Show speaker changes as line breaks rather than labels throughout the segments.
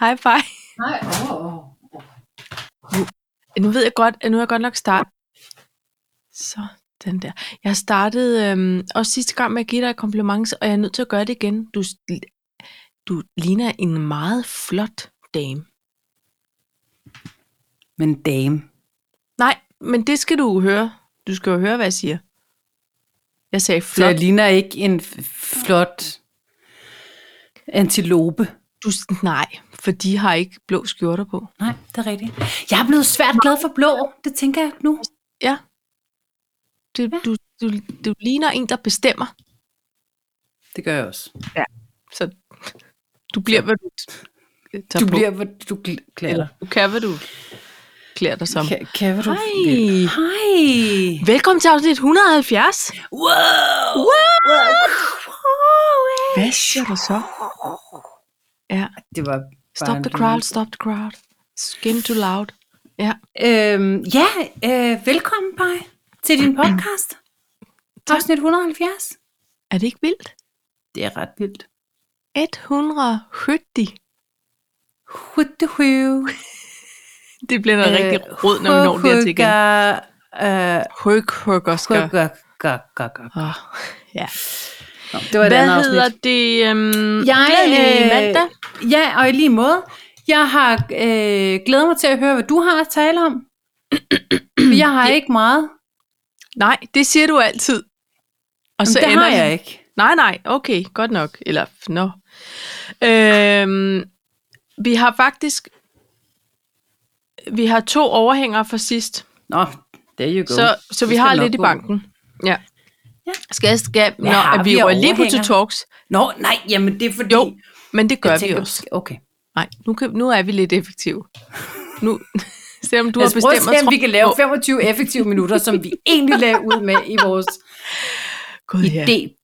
High five.
Nej, åh, åh.
Nu ved jeg godt, at nu er jeg godt nok start. Så den der. Jeg startede øhm, også sidste gang med at give dig et kompliment, og jeg er nødt til at gøre det igen. Du, s- du ligner en meget flot dame.
Men dame.
Nej, men det skal du høre. Du skal jo høre, hvad jeg siger. Jeg sagde
Så
flot.
jeg ligner ikke en f- flot antilope.
Du, s- nej, for de har ikke blå skjorter på.
Nej, det er rigtigt. Jeg er blevet svært glad for blå. Det tænker jeg nu.
Du, ja. du, du, du ligner en, der bestemmer.
Det gør jeg også.
Så du bliver, hvad du tager
Du
på.
bliver, hvor du gl- klæder
Eller
dig.
du kan, hvad du klæder dig som.
Kan, kan hvad du
Hej.
vil. Hej.
Velkommen til afsnit 170.
Wow. wow.
Hvad siger du så? Ja,
Det var bare
stop
en
the
lille-
crowd, stop the crowd. Skin too loud. Ja,
Øhm, ja, øh, velkommen, Paj, til din podcast. Afsnit 170.
er det ikke vildt?
Det er ret vildt.
170.
Huttehuv.
Det bliver noget øh, rigtig råd, når vi når dertil igen.
Øh,
Høg, høgger, skør.
hugger, gugger, gugger.
Åh, Ja.
Nå, det var et andet
Hvad
afsnit.
hedder det? Øhm,
Jeg,
glædelig
øh,
mandag.
Ja, og i lige måde. Jeg har øh, glædet mig til at høre, hvad du har at tale om. For jeg har ikke meget.
Nej, det siger du altid. Og
Jamen, det har
det-
jeg ikke.
Nej, nej, okay, godt nok. Eller, nå. No. Øhm, vi har faktisk... Vi har to overhængere fra sidst,
Nå, there you go.
så, så vi
Det
har
skal nok
lidt i
gå.
banken. Ja.
Ja.
Skal jeg skal,
Hvad
når
har
at
vi
vi
af
rører lige på
overhænger?
to talks,
Nå, nej, jamen det er fordi...
Jo, men det gør
jeg
vi
tænker,
også.
Okay.
Nej, nu, kan, nu er vi lidt effektive. Nu, selvom du
Du
har
har Lad os prøve at
bestemt
se, om vi
at
kan lave 25 effektive minutter, som vi egentlig lagde ud med i vores
Gud, ja.
idé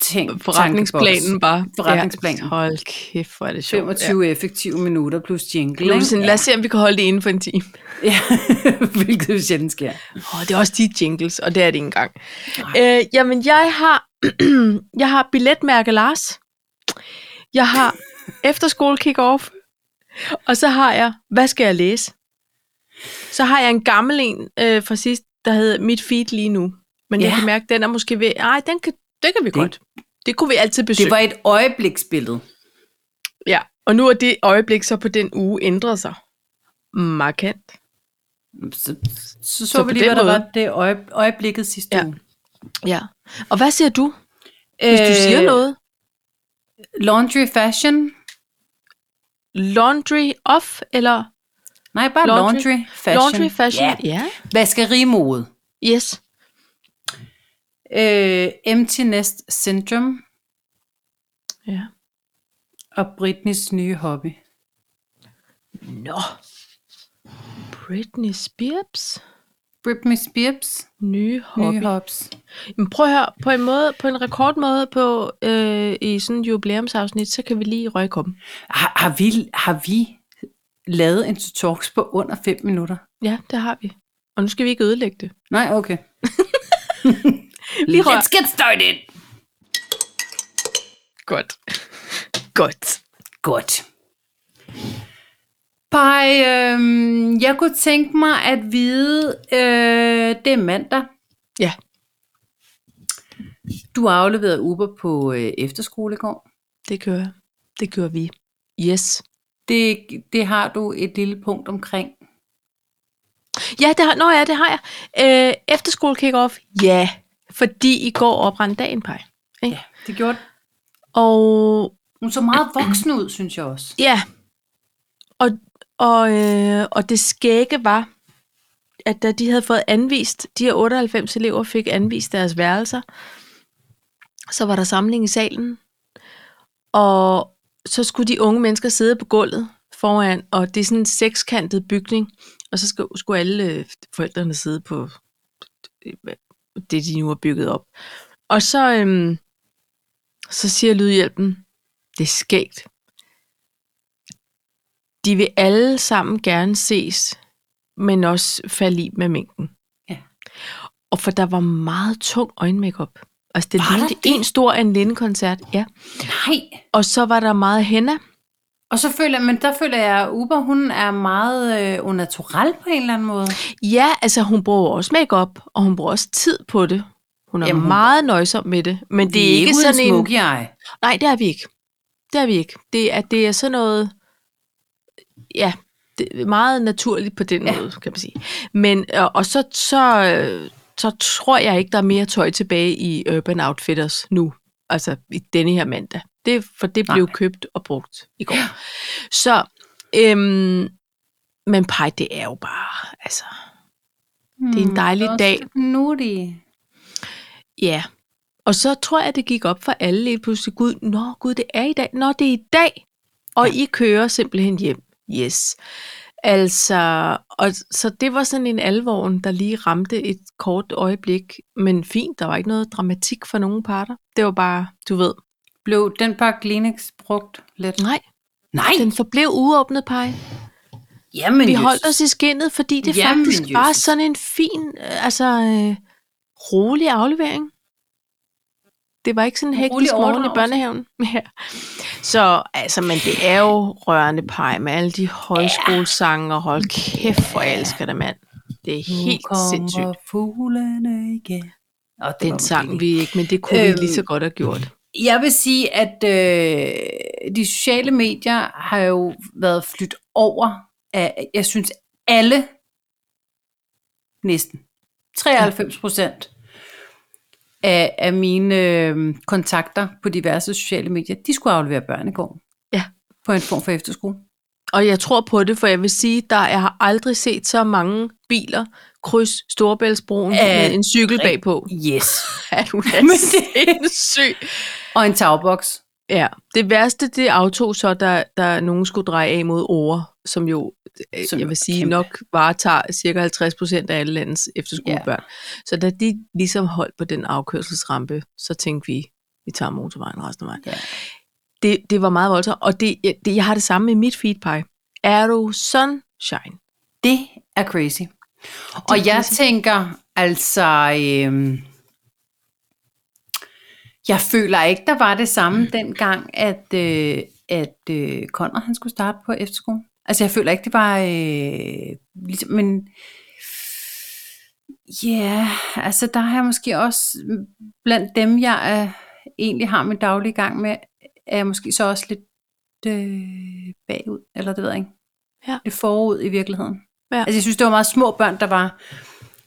ting
forretningsplanen bare.
Forretningsplanen.
Ja, hold kæft, hvor er det sjovt.
25 effektive minutter plus
Ja.
jingle.
Nu er vi
ikke?
sådan, lad os se, om vi kan holde det inden for en time.
Ja, hvilket jo sjældent sker.
Åh, det er også de jingles, og det er det ikke engang. Øh, jamen, jeg har, jeg har billetmærke Lars. Jeg har efterskole kick-off. Og så har jeg, hvad skal jeg læse? Så har jeg en gammel en øh, fra sidst, der hedder Mit feed lige nu. Men ja. jeg
Ja.
kan mærke, den er måske ved... Ej, den kan, det kan vi det. godt. Det kunne vi altid besøge.
Det
Var...
var et øjebliksbillede.
Ja. Og nu er det øjeblik så på den uge ændret sig. Markant.
Så så, så,
Så
vi
på
lige,
den
hvad der
måde-
var det øje, øjeblikket sidste
Ja.
uge.
Ja. Og hvad siger du, hvis øh... du siger noget?
Laundry fashion.
Laundry off, eller...
Nej, bare
Laundry-
laundry, laundry fashion.
Laundry fashion.
Ja.
ja.
Vaskerimode.
Yes.
Øh, empty nest syndrome
Ja.
og Britneys nye hobby.
Nå. Britney Spears
Britney Spears
nye hobby.
nye hops.
Men prøv at høre, på en måde, på en rekordmåde på, øh, i sådan en jubilæumsafsnit, så kan vi lige røge om.
Har, har, vi, har vi lavet en talks på under 5 minutter?
Ja, det har vi. Og nu skal vi ikke ødelægge det.
Nej, okay.
Lige rør.
Let's get started.
Godt. Godt.
Godt. Pej, øhm, jeg kunne tænke mig at vide, øh, det er mandag.
Ja.
Du har afleveret Uber på øh, efterskole i går.
Det kører. Det kører vi. Yes.
Det, det har du et lille punkt omkring.
Ja, det har, nå ja, det har jeg. Øh, efterskole kick-off. Ja, fordi i går oprandt dagen, Paj.
Ja, det gjorde
Og
hun så meget voksen ud, synes jeg også.
Ja. Og, og, øh, og det skægge var, at da de havde fået anvist, de her 98 elever fik anvist deres værelser, så var der samling i salen, og så skulle de unge mennesker sidde på gulvet foran, og det er sådan en sekskantet bygning, og så skulle, skulle alle øh, forældrene sidde på øh, det, de nu har bygget op. Og så, øhm, så siger lydhjælpen, det er skægt, de vil alle sammen gerne ses, men også falde i med mængden.
Ja.
Og for der var meget tung øjenmakeup. Altså det
Var der
lignede
det?
en stor Anne Linde koncert, ja.
Nej.
Og så var der meget henna.
Og så føler, men der føler jeg, at Uber, hun er meget øh, unnatural på en eller anden måde.
Ja, altså hun bruger også makeup og hun bruger også tid på det. Hun er
Jamen,
Jamen,
hun-
meget nøjsom med det, men det er ikke sådan en...
smoky eye.
Nej, det er vi ikke. Det er vi ikke. Det er, det er sådan noget... Ja, det er meget naturligt på den
Ja.
ja. måde, kan man sige. Men, og, og så, så, øh, så tror jeg ikke, der er mere tøj tilbage i Urban Outfitters nu. Altså i denne her mandag. Det, for det blev
Nej.
købt og brugt i går. Så, øhm, men pej, det er jo bare, altså, er
Hmm,
en dejlig dag.
Nu
Ja, og så tror jeg, det gik op for alle lige pludselig. Gud, nå gud, det er i dag. Nå, det er i dag. Og ja. I kører simpelthen hjem. Yes. Altså, og, så det var sådan en alvorn, der lige ramte et kort øjeblik. Men fint, der var ikke noget dramatik for nogen parter. Det var bare, du ved.
Blev den pakke Kleenex brugt lidt?
Nej,
Nej,
den forblev uåbnet, Pej.
jamen
Vi
Jesus.
holdt os i skinnet, fordi det
Jamen,
faktisk var
Jesus.
sådan en fin, øh, altså øh, rolig aflevering. Det var ikke sådan en
En rolig
hektisk morgen i
overdragelse.
børnehaven. Ja. Så altså, men det er jo rørende pej med alle de højskolesange, og hold kæft, hvor jeg elsker det, mand. Det er
Nu
helt
kommer
sindssygt.
fuglene igen. Og det var
Den sang vi ikke, men det kunne vi
Øhm.
lige så godt have gjort.
Jeg vil sige, at øh, de sociale medier har jo været flyttet over af, jeg synes, alle, næsten 93 procent af, af mine øh, kontakter på diverse sociale medier, de skulle aflevere børn i går.
Ja.
På en form for efterskole.
Og jeg tror på det, for jeg vil sige, der jeg har aldrig set så mange biler kryds Storebæltsbroen
Er
med en cykel
rigtig-
bagpå.
Yes.
Er du
Men
da sindssyg?
Og en tagboks.
Ja, det værste, det aftog så, der, der nogen skulle dreje af mod ord, som jo, øh,
Som
jeg
jo
vil
er
sige,
kæmpe.
nok varetager cirka 50 procent af alle landets efterskolebørn. Ja. Så da de ligesom holdt på den afkørselsrampe, så tænkte vi, vi tager motorvejen resten af vejen.
Ja.
Det, det var meget voldsomt, og det, jeg, det, jeg har det samme i mit feedpie. Er du sunshine?
Det er crazy. Og jeg
crazy.
tænker, altså, øhm, jeg føler ikke, der var det samme mm. dengang, at, øh, at øh, Conrad han skulle starte på efterskole. Altså, jeg føler ikke, det var øh, ligesom, men ja, yeah, altså, der har jeg måske også, blandt dem, jeg øh, egentlig har min daglige gang med, er jeg måske så også lidt øh, bagud, eller det ved jeg ikke.
Ja.
Lidt forud i virkeligheden.
Ja.
Altså, jeg synes, det var meget små børn, der var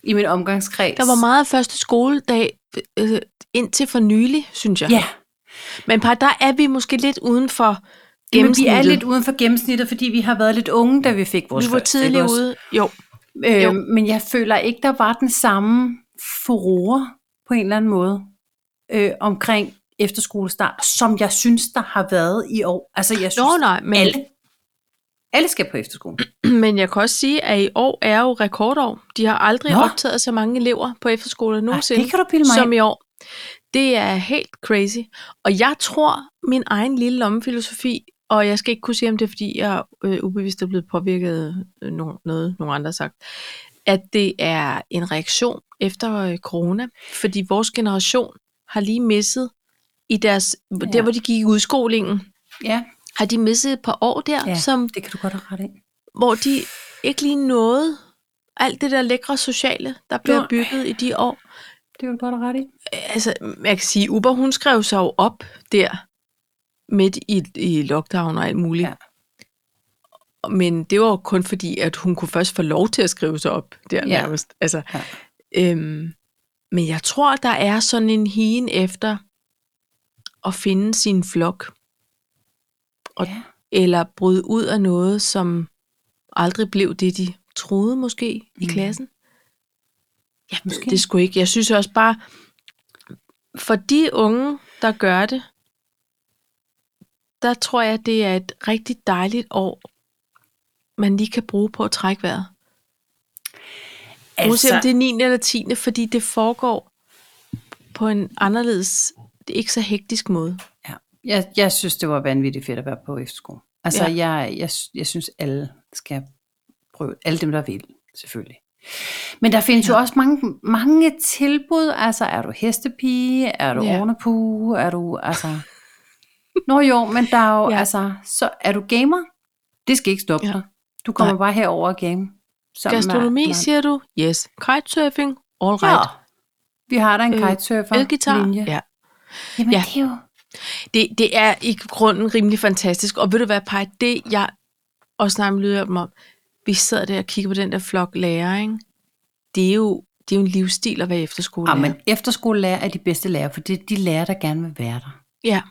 i min omgangskreds.
Der var meget første skoledag øh, indtil for nylig, synes jeg.
Ja,
Men par, der er vi måske lidt uden for
men
gennemsnittet.
vi er lidt uden for gennemsnittet, fordi vi har været lidt unge, da vi fik vores
vi var
første, ikke
tidligt
også?
ude. Jo, Jo.
Øh, men jeg føler ikke, der var den samme furore på en eller anden måde øh, omkring efterskolestart, som jeg synes, der har været i år. Altså, jeg synes,
Nå, nej, men,
alle, alle skal på efterskole.
men jeg kan også sige, at i år er jo rekordår. De har aldrig
Nå.
Nå. optaget så mange elever på efterskoler
Ej,
nogensinde,
Ah, det kan du pille mig
som
ind.
i år. Det er helt crazy. Og jeg tror, min egen lille lommefilosofi, og jeg skal ikke kunne sige, om det er, fordi jeg øh, ubevidst er blevet påvirket af øh, no- noget, nogen andre har sagt, at det er en reaktion efter øh, corona, fordi vores generation har lige misset i deres, ja.
Ja.
der hvor de gik i udskolingen,
Ja,
har de misset et par år der,
Ja.
ja. som
det kan du godt have ret i.
hvor de ikke lige nåede alt det der lækre sociale, der blev
Nej.
bygget i de år.
Det kan du godt have ret i.
Altså, jeg kan sige, Uber, hun skrev sig jo op der midt i, i lockdown og alt muligt.
Ja.
Men det var jo kun fordi, at hun kunne først få lov til at skrive sig op der
Ja.
nærmest. Altså,
Ja.
øhm, men jeg tror, der er sådan en hien efter at finde sin flok, Og-
ja.
eller bryde ud af noget, som aldrig blev det, de troede måske mm. i
Mm.
klassen. Jeg ved
Måske.
det skulle ikke. Jeg synes også bare, for de unge, der gør det, der tror jeg, det er et rigtig dejligt år, man lige kan bruge på at trække vejret. Altså, Uanset om det er 9. eller 10. fordi det foregår på en anderledes, det er ikke så hektisk måde.
Ja. Jeg, jeg synes, det var vanvittigt fedt at være på efterskole. Altså, ja. jeg, jeg, jeg synes, alle skal prøve. Alle dem, der vil, selvfølgelig. Men der findes ja. jo også mange, mange tilbud. Altså, er du hestepige? Er du
Ja.
ja. ovnepuge? Er du, altså... Nå jo, men der er jo,
Ja.
ja. altså, så er du gamer? Det skal ikke stoppe
Ja.
ja. dig. Du kommer
Nej.
bare herover og game. sammen med-
Gastronomi,
med-
siger du? Yes. Kitesurfing? All
Ja.
right.
Vi har der en
Øh,
kitesurfer.
Elgitar?
linje.
Ja.
Jamen,
Ja.
ja. det er jo...
Det, det er i grunden rimelig fantastisk. Og ved du hvad, Paj, det jeg også snakker lyder om, om, vi sidder der og kigger på den der flok lærer, ikke? Det er jo, det er jo en livsstil at være efterskole.
Ah, men efterskolelærer er de bedste lærer, for det er de lærer, der gerne vil være der.
Ja,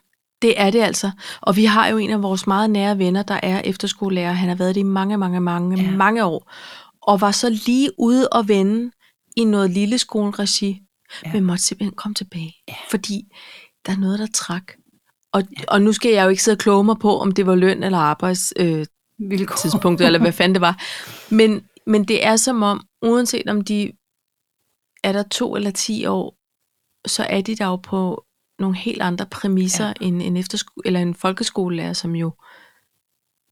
det er det altså. Og vi har jo en af vores meget nære venner, der er efterskolelærer. Han har været det i mange, mange, mange, ja.
Ja.
mange år. Og var så lige ude og vende i noget lille skoleregi, ja.
Ja.
men måtte simpelthen komme tilbage. Ja. Fordi der er noget, der trak. Og, ja. og nu skal jeg jo ikke sidde og kloge mig på, om det var løn eller arbejdstidspunkt, øh,
Vilkår.
tidspunkt, eller hvad fanden det var. Men, men det er som om, uanset om de er der to eller ti år, så er de der jo på nogle helt andre præmisser ja. end en, eftersko- eller en folkeskolelærer, som jo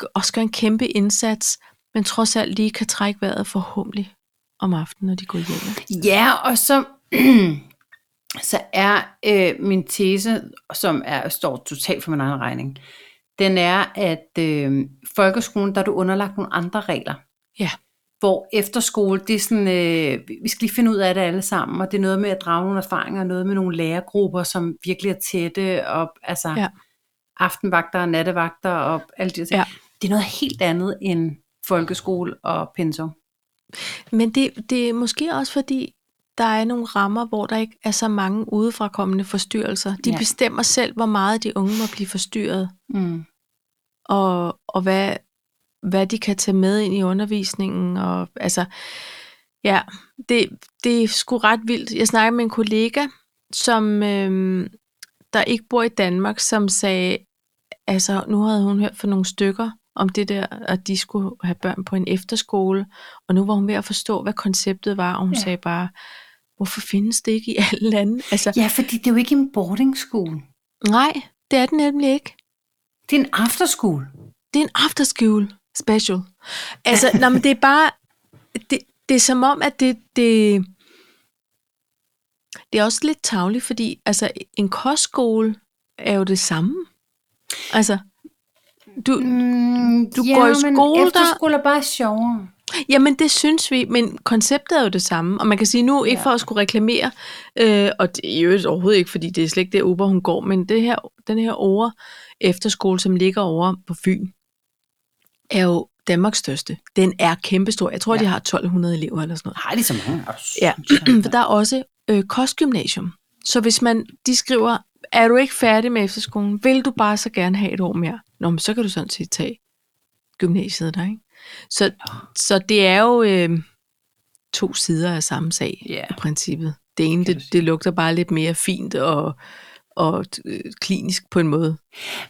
g- også gør en kæmpe indsats, men trods alt lige kan trække vejret forhåbentlig om aftenen, når de går hjem. ikke?
Ja, og så, så er øh, min tese, som er, står totalt for min egen regning, den er, at øh, folkeskolen, der er du underlagt nogle andre regler.
Ja.
Hvor efterskole, det er sådan, øh, vi skal lige finde ud af det alle sammen, og det er noget med at drage nogle erfaringer, noget med nogle lærergrupper, som virkelig er tætte, og altså
Ja.
ja. aftenvagter og nattevagter og alt det.
Ja.
Ja. Det er noget helt andet end folkeskole og pensum.
Men det, det er måske også fordi, der er nogle rammer, hvor der ikke er så mange udefrakommende forstyrrelser. De ja.
Ja.
bestemmer selv, hvor meget de unge må blive forstyrret.
Mm.
og, og hvad, hvad de kan tage med ind i undervisningen. Og, altså, ja, det, det er sgu ret vildt. Jeg snakkede med en kollega, som øhm, der ikke bor i Danmark, som sagde, altså nu havde hun hørt fra nogle stykker om det der, at de skulle have børn på en efterskole, og nu var hun ved at forstå, hvad konceptet var, og hun ja.
Ja.
sagde bare, hvorfor findes det ikke i alle lande? Altså,
Ja, fordi det er jo ikke en boarding school.
nej, det er det nemlig ikke.
Det er en afterskole.
det er en afterskole special. Altså, nå, men det er bare, det, det er som om, at det, det, det er også lidt tavligt, fordi altså, en kostskole er jo det samme. Altså, du,
Mm,
Du går i skole, der-
efterskole er bare sjovere.
Jamen, det synes vi, men konceptet er jo det samme. Og man kan sige nu, ikke
Ja.
for at skulle reklamere, øh, og det er jo overhovedet ikke, fordi det er slet ikke det Uber, hun går, men det her, den her over efterskole, som ligger over på Fyn, er jo Danmarks største. Den er kæmpestor. Jeg tror, ja.
Ja.
de har 1200 elever eller sådan noget.
Har de så mange?
Ja. For der er også øh, kostgymnasium. Så hvis man, de skriver, er du ikke færdig med efterskolen, vil du bare så gerne have et år mere? Nå, men så kan du sådan set tage gymnasiet der, ikke? Så, så det er jo øh, to sider af samme sag,
Ja.
i princippet. Det ene,
kan
det,
du sige.
det lugter bare lidt mere fint og, og øh, klinisk på en måde.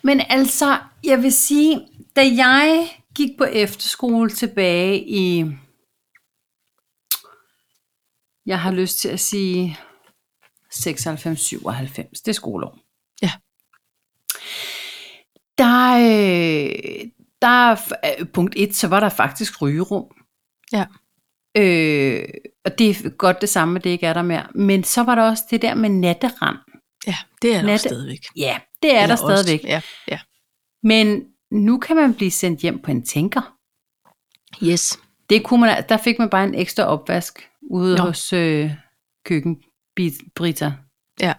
Men altså, jeg vil sige, da jeg gik på efterskole tilbage i... Jeg har lyst til at sige 96-97, det er skoleår.
Ja.
Der, øh, der, er f- øh, punkt 1, så var der faktisk rygerum.
Ja.
Øh, og det er godt det samme, at det ikke er der mere. Men så var der også det der med natterand.
Ja, det er der
Natte-
også stadigvæk.
Ja, det er
Eller
der
også-
stadigvæk.
Ja, ja.
Men nu kan man blive sendt hjem på en tænker.
Yes.
Det kunne man, al- der fik man bare en ekstra opvask ude
Nå.
Nå. hos øh, køkkenbrita.
Ja.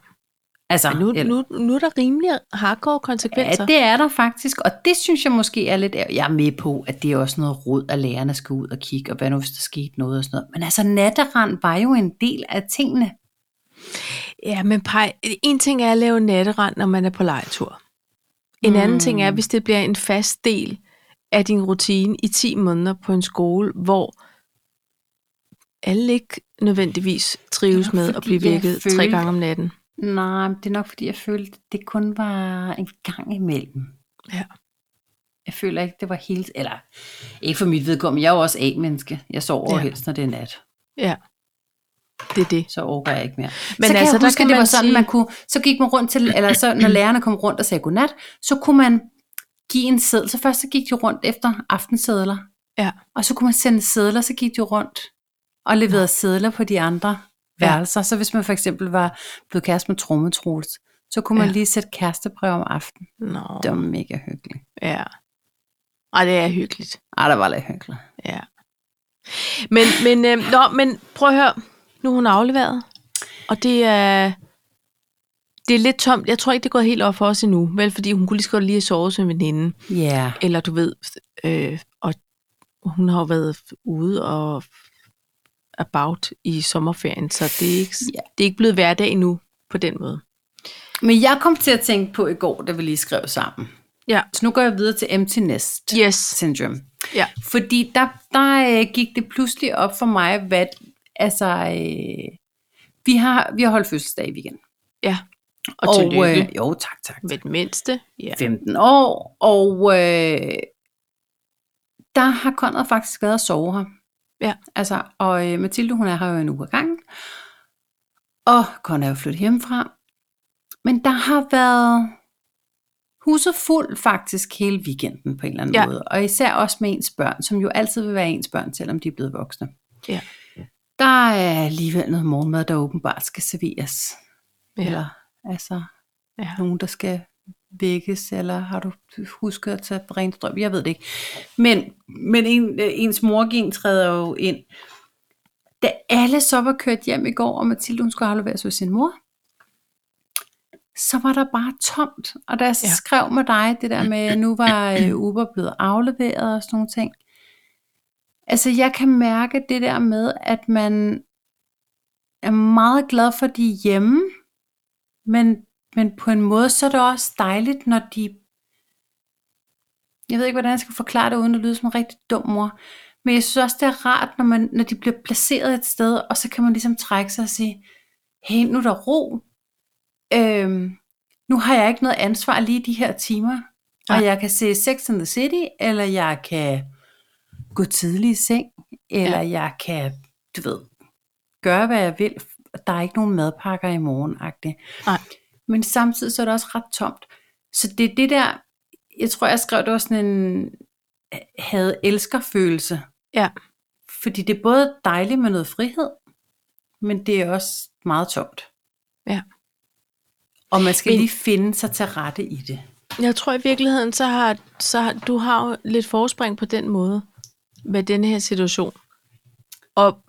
Altså,
Men nu,
eller-
nu, nu er der rimelig hardcore konsekvenser.
ja, det er der faktisk, og det synes jeg måske er lidt... ær- Jeg er med på, at det er også noget råd, at lærerne skal ud og kigge, og hvad nu hvis der skete noget og sådan noget. Men altså, natterand var jo en del af tingene.
Ja, men pej, en ting er at lave natterand, når man er på lejtur. En mm. anden ting er, hvis det bliver en fast del af din rutine i 10 måneder på en skole, hvor alle ikke nødvendigvis trives
Det er nok,
med at
fordi
blive
jeg
vækket
følte-
tre gange om natten.
Nej, men det er nok, fordi jeg følte, at det kun var en gang imellem.
Ja.
Jeg føler ikke, det var helt... Eller, ikke for mit vedkommende. Jeg er jo også A-menneske. Jeg sover ja.
Ja.
helst, når det er nat.
Ja, det er det.
Så overgår jeg ikke mere.
Men
Men så kan
altså,
altså, jeg
der
huske,
kan
at det
man
var sådan,
sige-
sige... man kunne... Så gik man rundt til... Eller så, når lærerne kom rundt og sagde godnat, så kunne man give en seddel. Så først så gik de rundt efter aftensedler.
Ja.
Og så kunne man sende sædler, så gik de rundt og leverede sædler på de andre
Ja.
værelser. Så hvis man for eksempel var blevet kæreste med trommetruls, Så kunne man
Ja.
ja. lige sætte kærestebrev om aftenen.
Nå.
Det var mega hyggeligt.
Ja. Ej, det er hyggeligt.
Ej, det var lidt hyggeligt.
Ja. Men, men, øh, nå, men prøv at høre. Nu er hun afleveret. Og det er... Det er lidt tomt. Jeg tror ikke, det går helt op for os endnu. Vel, fordi hun kunne lige så godt lige have sovet som veninde.
Ja.
Eller du ved, øh, og hun har jo været ude og about i sommerferien, så det er ikke,
Ja.
det er ikke blevet hverdag endnu på den måde.
Men jeg kom til at tænke på i går, da vi lige skrev sammen.
Ja.
Så nu går jeg videre til empty nest
Yes.
syndrome.
Ja.
Fordi der, der øh, gik det pludselig op for mig, hvad, altså, øh, vi har, vi har holdt fødselsdag i weekenden.
Ja. Og, og tillykke øh,
øh, jo, tak, tak.
med den mindste. Ja.
15 år, og øh, der har Conrad faktisk været og sove her.
Ja.
Altså, og øh, Mathilde, hun er her jo en uge ad gangen. Og Conrad er jo flyttet hjemmefra. Men der har været huset fuld faktisk hele weekenden på en eller anden
Ja.
ja. måde. Og især også med ens børn, som jo altid vil være ens børn, selvom de er blevet voksne.
Ja.
Der er alligevel noget morgenmad, der åbenbart skal serveres.
Ja.
Eller, altså,
Ja.
nogen, der skal vækkes, eller har du husket at tage rent strøm? Jeg ved det ikke. Men, men en, øh, ens morgen træder jo ind. Da alle så var kørt hjem i går, og Mathilde hun skulle afleveres hos sin mor, så var der bare tomt. Og da jeg
Ja.
ja. skrev med dig det der med, at nu var øh, Uber blevet afleveret og sådan nogle ting. Altså jeg kan mærke det der med, at man er meget glad for, at de er hjemme, men, men på en måde, så er det også dejligt, når de... Jeg ved ikke, hvordan jeg skal forklare det, uden at lyde som en rigtig dum mor. Men jeg synes også, det er rart, når, man, når de bliver placeret et sted, og så kan man ligesom trække sig og sige, hey, nu er der ro. Øhm, nu har jeg ikke noget ansvar lige de her timer. Og
Nej.
jeg kan se Sex and the City, eller jeg kan gå tidlig i seng, eller ja. jeg kan, du ved, gøre hvad jeg vil. Der er ikke nogen madpakker i morgen, agtig.
Nej.
Men samtidig så er det også ret tomt. Så det er det der, jeg tror jeg skrev, det var sådan en havde elskerfølelse.
Ja.
Fordi det er både dejligt med noget frihed, men det er også meget tomt.
Ja.
Og man skal
Men-
men... lige finde sig til rette i det.
Jeg tror i virkeligheden, så har, så har du har jo lidt forspring på den måde med denne her situation. Og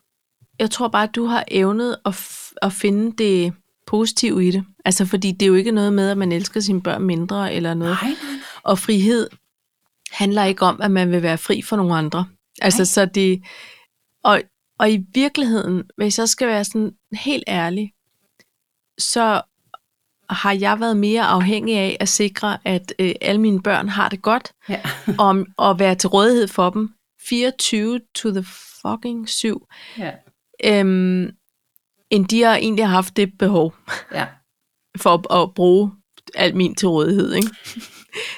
jeg tror bare, at du har evnet at, f- at finde det positive i det. Altså, fordi det er jo ikke noget med, at man elsker sine børn mindre eller noget.
Nej,
Og frihed handler ikke om, at man vil være fri for nogle andre. Altså,
Nej.
så det... Og, og i virkeligheden, hvis jeg skal være sådan helt ærlig, så har jeg været mere afhængig af at sikre, at øh, alle mine børn har det godt,
Ja.
om at være til rådighed for dem. 24 to the fucking 7.
ja.
Øhm, end de har egentlig haft det behov
ja.
for at, at bruge alt min til rådighed. Ikke?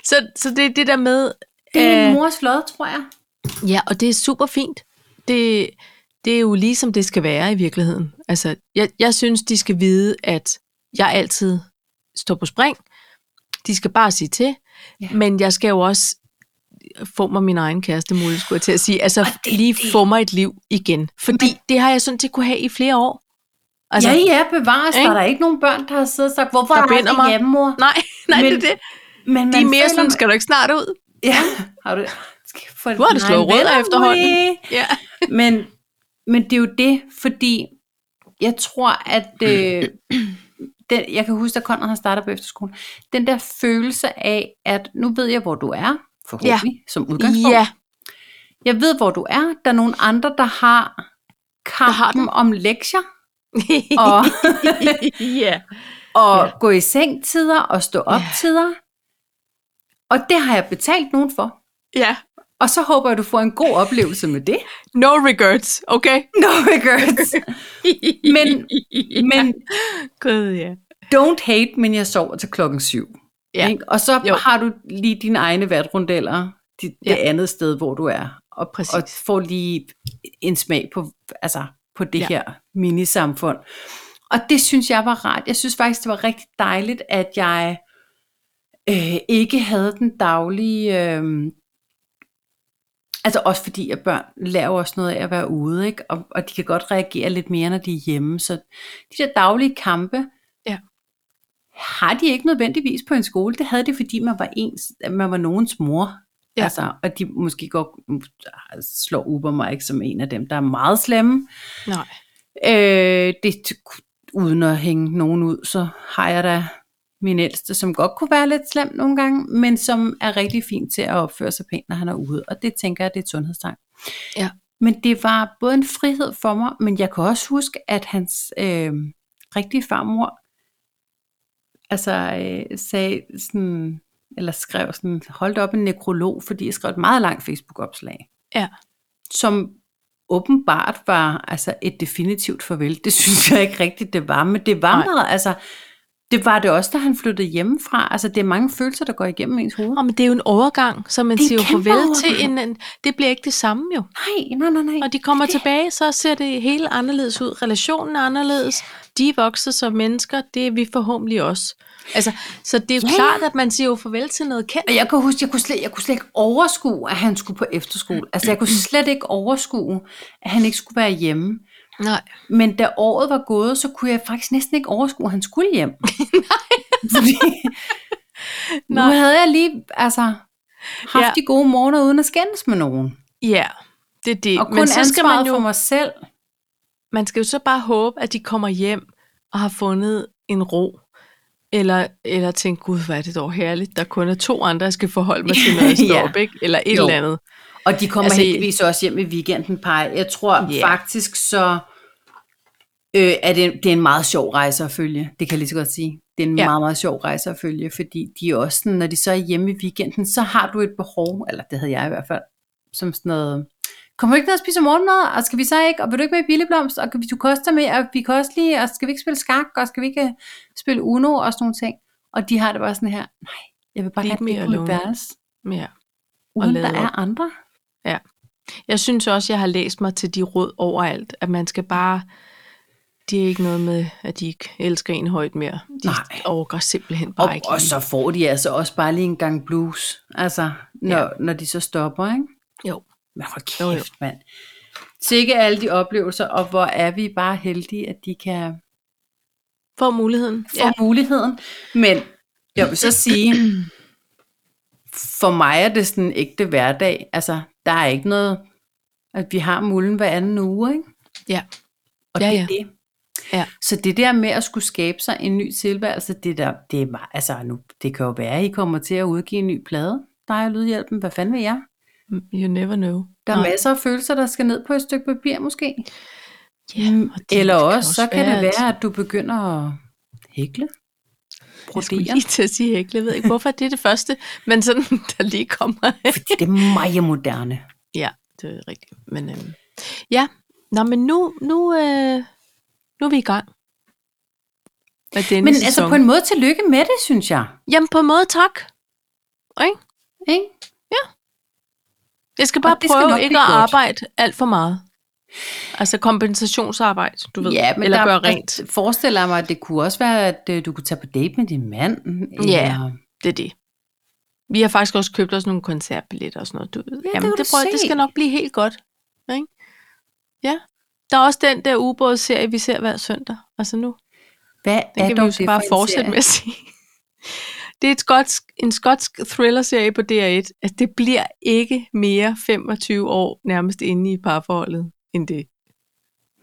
så, så det er det der med...
Det er
øh,
min mors lod, tror jeg.
Ja, og det er super fint. Det, det er jo ligesom det skal være i virkeligheden. Altså, jeg, jeg synes, de skal vide, at jeg altid står på spring. De skal bare sige til.
Ja.
Ja. Men jeg skal jo også få mig min egen kæreste muligt, skulle jeg til at sige. Altså,
det er
lige
det.
få mig et liv igen. Fordi men, det har jeg sådan til kunne have i flere år.
Altså, ja, ja, bevares.
Ikke?
Der er der ikke nogen børn, der har siddet og sagt, hvorfor
Der
er der
binder
ikke
mig.
hjemme, mor?
Nej, nej, men,
Men
det er det.
Men man
De er mere
føler-
sådan, skal du ikke snart ud?
Ja, har du, skal jeg få
Du har det
Nej,
slået rødder
venner,
efterhånden.
Marie.
Ja.
Men, men det er jo det, fordi jeg tror, at øh, den, jeg kan huske, at Conrad har startet på efterskolen, den der følelse af, at nu ved jeg, hvor du er, forhåbentlig, ja. som udgangspunkt.
ja,
Jeg ved, hvor du er. Der er nogle andre, der har kampen
den.
der har om lektier, og,
ja.
og
Ja.
ja. gå i seng tider, og stå op
Ja.
tider. Og det har jeg betalt nogen for.
ja.
Og så håber jeg, du får en god oplevelse med det.
No regrets, okay?
No regrets. Men- Men
Gud, ja.
don't hate, men jeg sover til klokken syv.
Ja.
Ikke? Og så
Jo.
jo. har du lige dine egne vatrundeller det, det
Ja.
andet sted, hvor du er. Og,
Præcis.
og får lige en smag på, altså, på det
Ja.
ja. her minisamfund. Og det synes jeg var rart. Jeg synes faktisk, det var rigtig dejligt, at jeg øh, ikke havde den daglige... Øh, altså også fordi, at børn lærer jo også noget af at være ude, ikke? Og, og de kan godt reagere lidt mere, når de er hjemme. Så de der daglige kampe,
Ja.
har de ikke nødvendigvis på en skole. Det havde det, fordi man var, ens, man var nogens mor.
Ja.
Ja. Altså, og de måske går, slår Uber mig ikke som en af dem, der er meget slemme.
Nej.
Øh, det, uden at hænge nogen ud, så har jeg da min ældste, som godt kunne være lidt slem nogle gange, men som er rigtig fin til at opføre sig pænt, når han er ude. Og det tænker jeg, det er et sundhedstegn.
Ja.
Men det var både en frihed for mig, men jeg kan også huske, at hans øh, rigtige farmor altså, øh, sagde sådan, eller skrev sådan, holdt op en nekrolog, fordi jeg skrev et meget langt Facebook-opslag.
Ja.
Som åbenbart var altså et definitivt farvel. Det synes jeg ikke rigtigt, det var, men det var
Nej.
noget, altså, det var det også, da han flyttede hjemmefra. Altså, det er mange følelser, der går igennem ens hoved.
Og men det er jo en overgang, så man
Det er en
siger jo
kæmpe
farvel til en,
overgang.
en... Det bliver ikke det samme jo.
Nej, nej, nej, nej.
Og de kommer tilbage, så ser det hele anderledes ud. Relationen er anderledes. De er vokset som mennesker. Det er vi forhåbentlig også. Altså, så det er jo
Ja, ja.
klart, at man siger jo farvel til noget kendt.
Og jeg kan huske, jeg kunne, slet, jeg kunne slet ikke overskue, at han skulle på efterskole. Altså, jeg kunne slet ikke overskue, at han ikke skulle være hjemme.
Nej.
Men da året var gået, så kunne jeg faktisk næsten ikke overskue, at han skulle hjem. Fordi nu
Nej.
havde jeg lige altså, haft
Ja.
ja. de gode morgener uden at skændes med nogen.
Ja, det er det.
Og kun
Men så skal man
ansvaret
jo,
for mig selv.
man skal jo så bare håbe, at de kommer hjem og har fundet en ro. Eller, eller tænke, gud, hvor er det dog herligt, der kun er to andre, jeg skal forholde mig til, når jeg står
Ja.
op, ikke? Eller et
Jo.
eller andet.
Og de kommer
Altså,
altså, heldigvis også hjem i weekenden, Paj. Jeg tror
Ja.
yeah. faktisk så, øh, at det, det er en meget sjov rejse at følge. Det kan jeg lige så godt sige. Det er en
Ja.
ja. meget, meget sjov rejse at følge, fordi de er også sådan, når de så er hjemme i weekenden, så har du et behov, eller det havde jeg i hvert fald, som sådan noget, kommer du ikke ned og spise morgenmad, og skal vi så ikke, og vil du ikke med i Billeblomst, og kan vi, du koster med, og vi kostelige, og skal vi ikke spille skak, og skal vi ikke øh, spille Uno, og sådan nogle ting. Og de har det bare sådan her, nej, jeg vil bare
Leave
gerne
me
ligge på mit
alone.
værelse,
Ja. Og
uden
lade
der er andre.
Jeg synes også, jeg har læst mig til de råd overalt, at man skal bare... Det er ikke noget med, at de ikke elsker en højt mere. De
Nej.
overgår simpelthen bare
Og,
ikke.
og
lige.
så får de altså også bare lige en gang blues, altså, når,
Ja.
ja. når de så stopper, ikke?
Jo.
Men hold kæft,
Jo,
jo,
jo.
jo. mand. Sikke alle de oplevelser, og hvor er vi bare heldige, at de kan
Får muligheden.
få ja. muligheden. Men jeg vil så sige, for mig er det sådan en ægte hverdag. Altså, der er ikke noget, at vi har mulden hver anden uge, ikke?
Ja.
Og
Ja,
det
ja.
er det.
Ja.
Så det der med at skulle skabe sig en ny tilværelse, det der, det er meget, altså nu, det kan jo være, at I kommer til at udgive en ny plade. Dig og Lydhjælpen, hvad fanden ved jeg?
You never know.
Der er
Nej.
masser af følelser, der skal ned på et stykke papir måske.
Ja, og det
Eller
kan
også, så kan det
at-
være, at du begynder at hækle.
Jeg skulle
Brodere.
lige til at sige hækle. Jeg ved ikke, hvorfor det er det første, men sådan, der lige kommer.
Fordi det er meget moderne.
ja, det er rigtigt. Men, øhm, ja, Nå, men nu, nu, øh, nu er vi i gang. Med denne
Men
sæson.
altså på en måde, tillykke med det, synes jeg.
Jamen på en måde tak.
Ikke?
Jeg skal bare
Og det skal
prøve
nok
ikke
blive
at
godt.
arbejde alt for meget. Altså kompensationsarbejde, du ved.
Ja, men
eller
der,
gøre rent.
Der forestiller jeg mig, at det kunne også være, at øh, du kunne tage på date med din mand. Eller...
Det er det. Vi har faktisk også købt os nogle koncertbilletter og sådan noget. Du, ved.
det
jamen,
kan
det,
du
prøver, det
se.
skal nok blive helt godt. Ikke? Ja. Der er også den der ubådsserie, vi ser hver søndag. Altså nu,
Hvad
den kan
er
vi
dog
jo så
det
bare
for en
fortsætte
serie?
med at sige. Det er et skotsk, en skotsk thriller-serie på DR1. Altså, det bliver ikke mere 25 år nærmest inde i parforholdet end det.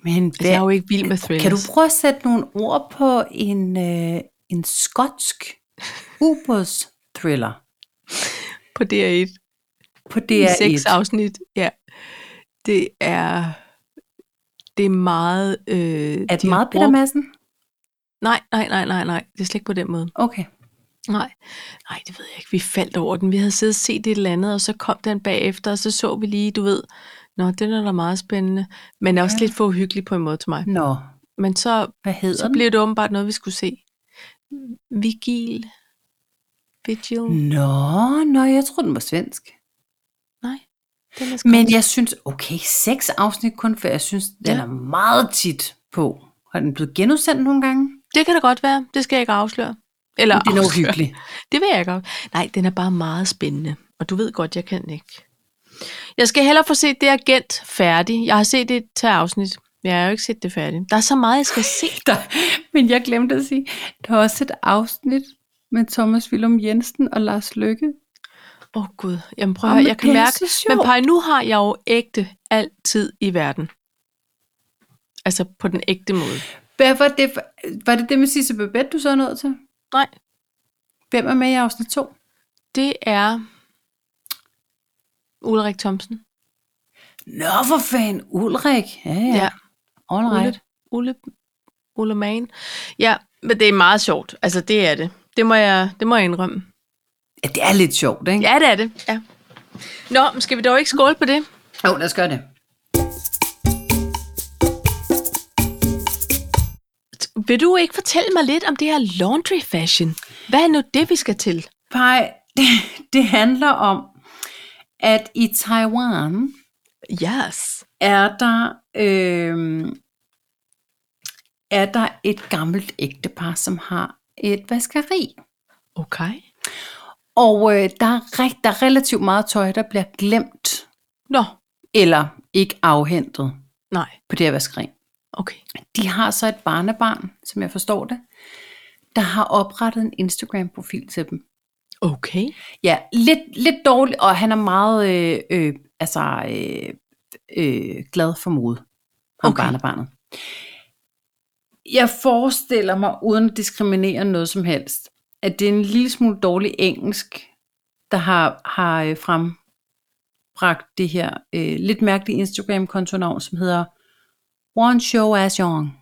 Men
Altså, jeg er
hvad,
jo ikke vild med thrillers.
kan du prøve at sætte nogle ord på en, øh, en skotsk ubådsthriller
på DR1?
på DR1?
Det er seks afsnit. Ja. Det er det er meget... Øh,
Er
de
det
har
meget Peter
brugt-
Madsen?
Nej, nej, nej, nej, nej. Det er slet ikke på den måde.
Okay.
Nej. Nej, det ved jeg ikke. Vi faldt over den. Vi havde siddet og set et eller andet, og så kom den bagefter, og så så vi lige, du ved, Nå, den er da meget spændende, men også
Ja.
lidt for uhyggelig på en måde til mig.
Nå,
Men så,
hvad hedder
så
den?
blev det åbenbart noget, vi skulle se. Vigil. Vigil. Mm.
Nå, nå, jeg tror den var svensk.
Nej. Den er
Men
skotsk.
jeg synes, okay, seks afsnit kun, for jeg synes, den
Ja.
er meget tit på. Har den blevet genudsendt nogle gange?
Det kan da godt være. Det skal jeg ikke afsløre. Eller
Den er
afsløre.
uhyggelig.
Det vil jeg godt. Nej, den er bare meget spændende. Og du ved godt, jeg kan ikke. Jeg skal hellere få set det agent færdig. Jeg har set det til afsnit. men Jeg har jo ikke set det færdigt. Der er så meget, jeg skal se.
Der, Men jeg glemte at sige, der er også et afsnit med Thomas Willum Jensen og Lars Lykke.
Åh oh, gud, jamen prøv at
Jamen,
høre, jeg kan
det er
mærke,
så
men
sjovt.
Paj, nu har jeg jo ægte altid i verden. Altså på den ægte måde.
Hvad var det, for- var det det med Sisse Babette, du så er nået til?
Nej,
Hvem er med i afsnit 2?
det er Ulrik Thomsen.
Nå, for fanden, Ulrik. Ja, ja.
Ja.
ja. All right.
Ulle, Ulle, Ulle Magen. Ja, men det er meget sjovt. Altså, det er det. Det må jeg, det må jeg indrømme.
Ja, det er lidt sjovt, ikke?
Ja, det er det. Ja. Nå, men skal vi dog ikke skåle på det?
Jo, lad os gøre det.
Vil du ikke fortælle mig lidt om det her laundry fashion? Hvad er nu det, vi skal til?
Pej, det, det handler om, at i Taiwan
Yes.
er der, øh, er der et gammelt ægtepar, som har et vaskeri.
Okay.
Og øh, der, er rigt, der er relativt meget tøj, der bliver glemt
Nå,
eller ikke afhentet
nej.
på det her vaskeri.
Okay.
De har så et barnebarn, som jeg forstår det, der har oprettet en Instagram-profil til dem.
Okay.
Ja, lidt, lidt dårlig, og han er meget øh, øh, altså, øh, øh, glad for mode. Ham
Okay.
okay. barnebarnet. Jeg forestiller mig, uden at diskriminere noget som helst, at det er en lille smule dårlig engelsk, der har, har øh, frembragt det her øh, lidt mærkelige Instagram-kontonavn, som hedder One Show As Young.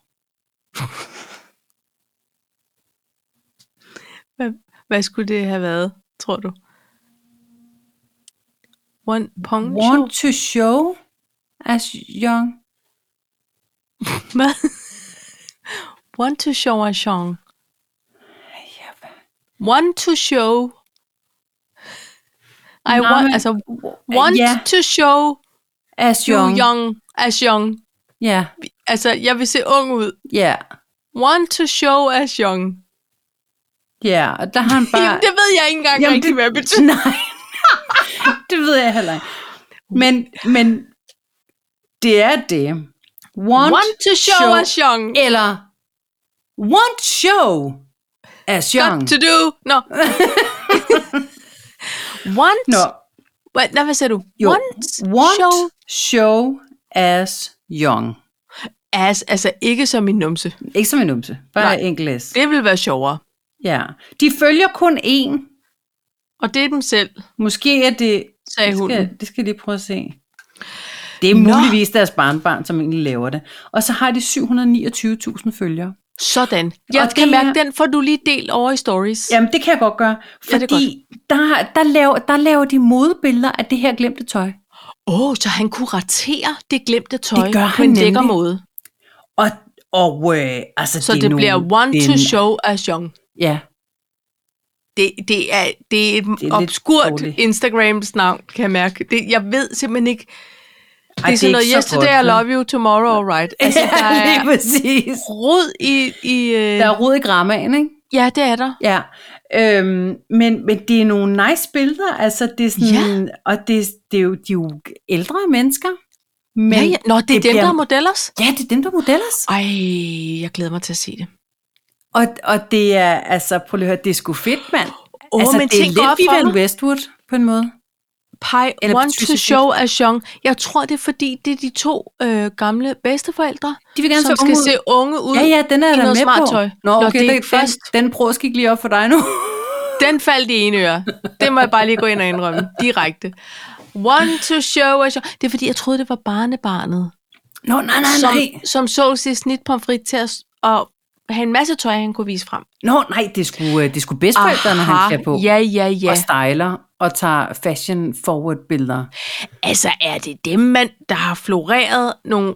Hvad, hvad skulle det have været, tror du? One pong show?
Want to show as young.
Hvad? One to show a song.
Ja, hvad?
Want to show. I
Nå,
want,
men-
altså, want
ja,
to show
as
you
young.
young as young.
Ja,
Altså, jeg vil se ung ud.
ja,
Want to show as young.
ja. Og der har han bare...
Jamen, det ved jeg ikke engang
Jamen,
Jamen, rigtig,
det-
hvad det betyder.
Nej, det ved jeg heller ikke. Men, men det er det. Want,
Want to show, show as young.
Eller want show as young.
Got to do. Nå. want.
Nå,
Hvad, nej, hvad sagde du?
jo.
Want,
want
show
show as young.
as. Altså, ikke som en numse.
Ikke som en numse, bare
Nej.
enkelt S.
Det vil være sjovere.
Ja. De følger kun én.
Og det er dem selv,
Måske er det...
sagde
det,
hunden.
skal, det skal jeg lige prøve at se. Det er
Nå.
muligvis deres barnbarn, som egentlig laver det. Og så har de 729.000 følgere.
Sådan. Jeg
Og
kan
det
mærke,
er-
den får du lige delt over i stories.
Jamen, det kan jeg godt gøre.
Ja, det er
Fordi Der, der, laver, der laver de modebilleder af det her glemte tøj.
Åh, oh, så han kuraterer det glemte tøj
Det gør
på
han
en lækker
nemlig.
måde.
Og, og øh, altså,
Så det, det
nogle-
bliver one
det er
to
en-
show as young.
Ja,
Det, det, er, det er et det
lidt
er obskurt
dårligt.
Instagrams navn, kan jeg mærke. Det, jeg ved simpelthen ikke. Det
Ej,
er sådan noget,
ikke så
yesterday I
godt,
love you, tomorrow alright.
Altså,
Altså, der
lige
er
præcis.
rod i... i øh,
Der er rod i grammaen, ikke?
Ja, det er der.
Ja, øhm, men, men det er nogle nice billeder, altså det er sådan, ja. og det, det er jo, de er jo ældre mennesker, men
ja, ja. Nå, det er
det
det dem,
bliver-
der er modellers.
ja, det er dem, der modeller
Ej, jeg glæder mig til at se det.
og, og det er, altså, prøv lige at høre, det er sgu fedt, mand.
Åh,
altså,
men
det er
tænk godt
lidt
for
Vivian
mig.
Westwood, på en måde.
Pie
Eller
want to
Patricia
show as young. Jeg tror, det er fordi, det er de to øh, gamle bedsteforældre,
De vil gerne
som
se unge
skal
ud.
se unge ud.
Ja, ja, den er jeg
i
da
noget
med
smart
på.
tøj.
Nå,
Nå,
okay,
det er
den,
først.
den, den bro skal ikke lige op for dig nu.
Den faldt i ene øre. Det må jeg bare lige gå ind og indrømme. Direkte. One to show as young. Det er fordi, jeg troede, det var barnebarnet,
Nå, nej, nej,
som,
nej.
som så sit snit pomfrit til at s- og have en masse tøj, han kunne vise frem.
Nå, nej, det skulle, det skulle bedstforældrene, han skal på.
ja, ja, ja.
Og styler og tager fashion forward billeder.
Altså, er det dem, man, der har floreret nogle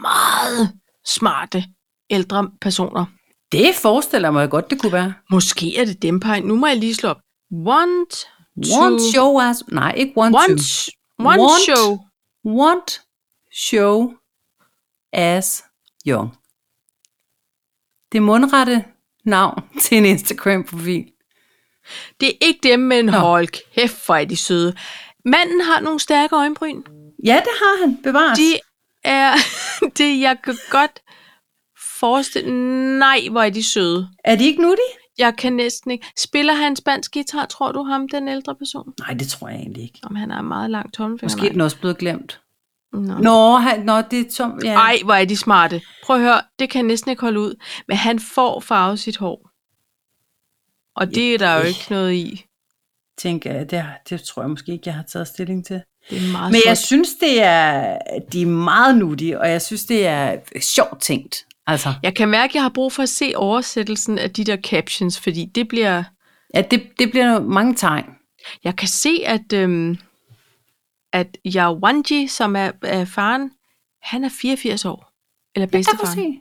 meget smarte ældre personer?
Det forestiller jeg mig godt, det kunne være.
Måske er det dem, Paj. Nu må jeg lige slå op. Want,
Want
to,
show as... Nej, ikke want,
want,
to.
want,
Want.
show.
Want show as young. Det mundrette navn til en Instagram-profil.
Det er ikke dem, men hold kæft, hvor er de søde. Manden har nogle stærke øjenbryn.
Ja, det har han. Bevares.
De er det, jeg kan godt forestille... Nej, hvor er de søde.
Er de ikke nuttige?
Jeg kan næsten ikke... Spiller han spansk guitar, tror du ham, den ældre person?
Nej, det tror jeg egentlig ikke.
Om han har en meget lang tommelfinger.
Måske er den også blevet glemt.
Nå.
Nå, han, nå det er tom. Ja.
Ej, hvor er de smarte. Prøv at høre, det kan jeg næsten ikke holde ud. Men han får farvet sit hår. Og det er der jo ikke noget i.
Tænker jeg, det, har- det tror jeg måske ikke, jeg har taget stilling til.
Det er meget
Men jeg
smukt.
synes, det er, de er meget nuttige, og jeg synes, det er sjovt tænkt. Altså,
Jeg kan mærke, at jeg har brug for at se oversættelsen af de der captions, fordi det bliver...
ja, det, det bliver nogle- mange tegn.
Jeg kan se, at, øhm, at Yawanji, som er, er faren, han er 84 år. Eller bedstefaren.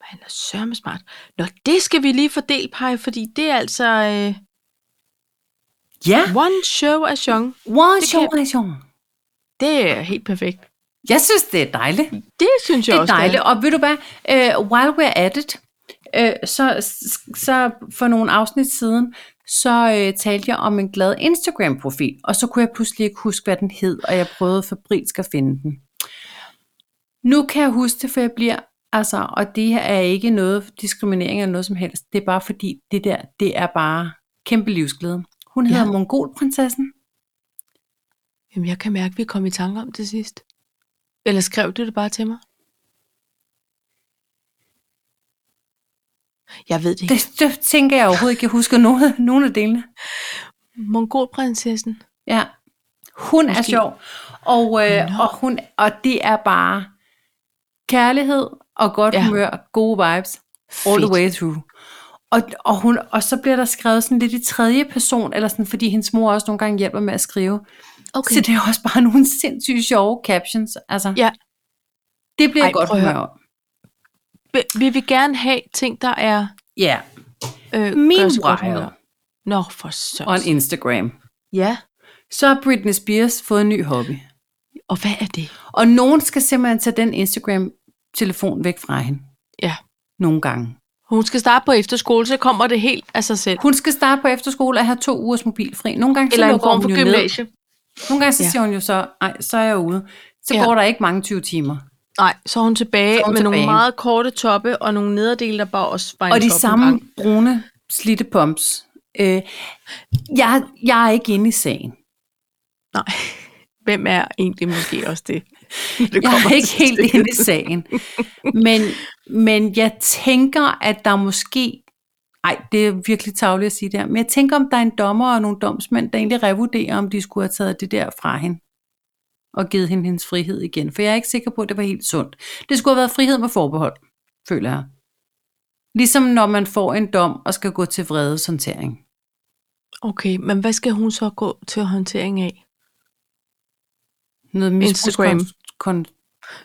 Han er sørme smart. Nå, det skal vi lige fordele, Paj, fordi det er altså øh,
Ja,
One Show af Jean.
one
Det
show,
kan-
one show.
Det er helt perfekt.
Jeg synes, det er dejligt.
Det synes jeg
Det er
også.
dejligt. Og ved du hvad, uh, while we're at it, uh, så, så for nogle afsnit siden, så uh, talte jeg om en glad Instagram-profil, og så kunne jeg pludselig ikke huske, hvad den hed, og jeg prøvede fabrisk at finde den. Nu kan jeg huske det, for jeg bliver, altså, og det her er ikke noget diskriminering eller noget som helst, det er bare fordi, det der, det er bare kæmpe livsglæde. Hun hedder
Ja.
Mongolprinsessen.
Jamen, jeg kan mærke, at vi kom i tanke om det sidst. Eller skrev du det bare til mig? Jeg ved det ikke.
Det, det tænker jeg overhovedet ikke, jeg husker nogen, nogen af delene.
Mongolprinsessen.
Ja. Hun Måske. er sjov. Og, øh,
Nå.
og, hun, og det er bare kærlighed og godt
Ja.
ja. humør, gode vibes, all
Fedt.
the way through. Og, og, hun, og så bliver der skrevet sådan lidt i tredje person, eller sådan, fordi hendes mor også nogle gange hjælper med at skrive. Okay. Så det er også bare nogle sindssygt sjove captions. Altså,
Ja.
Det bliver
Ej,
Ej, godt
prøv at høre.
humør om.
Vi- Vi vil gerne have ting, der er...
Ja.
Øh, gør os i godt humør.
Meanwhile,
Nå, for søren.
on Instagram,
Ja,
så har Britney Spears fået en ny hobby.
og hvad er det?
Og nogen skal simpelthen tage den Instagram-telefon væk fra hende.
Ja.
Nogle gange.
Hun skal starte på efterskole, så kommer det helt af sig selv.
Hun skal starte på efterskole og have to ugers mobilfri. Nogle gange
Eller
så
en
lukker
form
hun
for
jo Ned.
gymnasie.
Nogle gange så
Ja.
ja. siger hun jo så, nej, så er jeg ude. Så
Ja.
ja. går der ikke mange 20 timer.
Nej, så er hun tilbage
Så er hun
med nogle
tilbage.
meget korte toppe og nogle nederdele, der bare også var en
Og de
top
samme
engang.
brune, slitte pumps. Øh, jeg, jeg er ikke inde i sagen.
Nej, hvem er egentlig måske også det? det
Jeg er
kommer
ikke
til
helt
stykket.
inde i sagen. Men, men jeg tænker, at der måske... Ej, det er virkelig tavligt at sige det her. Men jeg tænker, om der er en dommer og nogle domsmænd, der egentlig revurderer, om de skulle have taget det der fra hende. Og givet hende hendes frihed igen. For jeg er ikke sikker på, at det var helt sundt. Det skulle have været frihed med forbehold, føler jeg. Ligesom når man får en dom og skal gå til vredeshåndtering.
Okay, men hvad skal hun så gå til håndtering af?
Noget
Instagram.
misbrugskon- kon-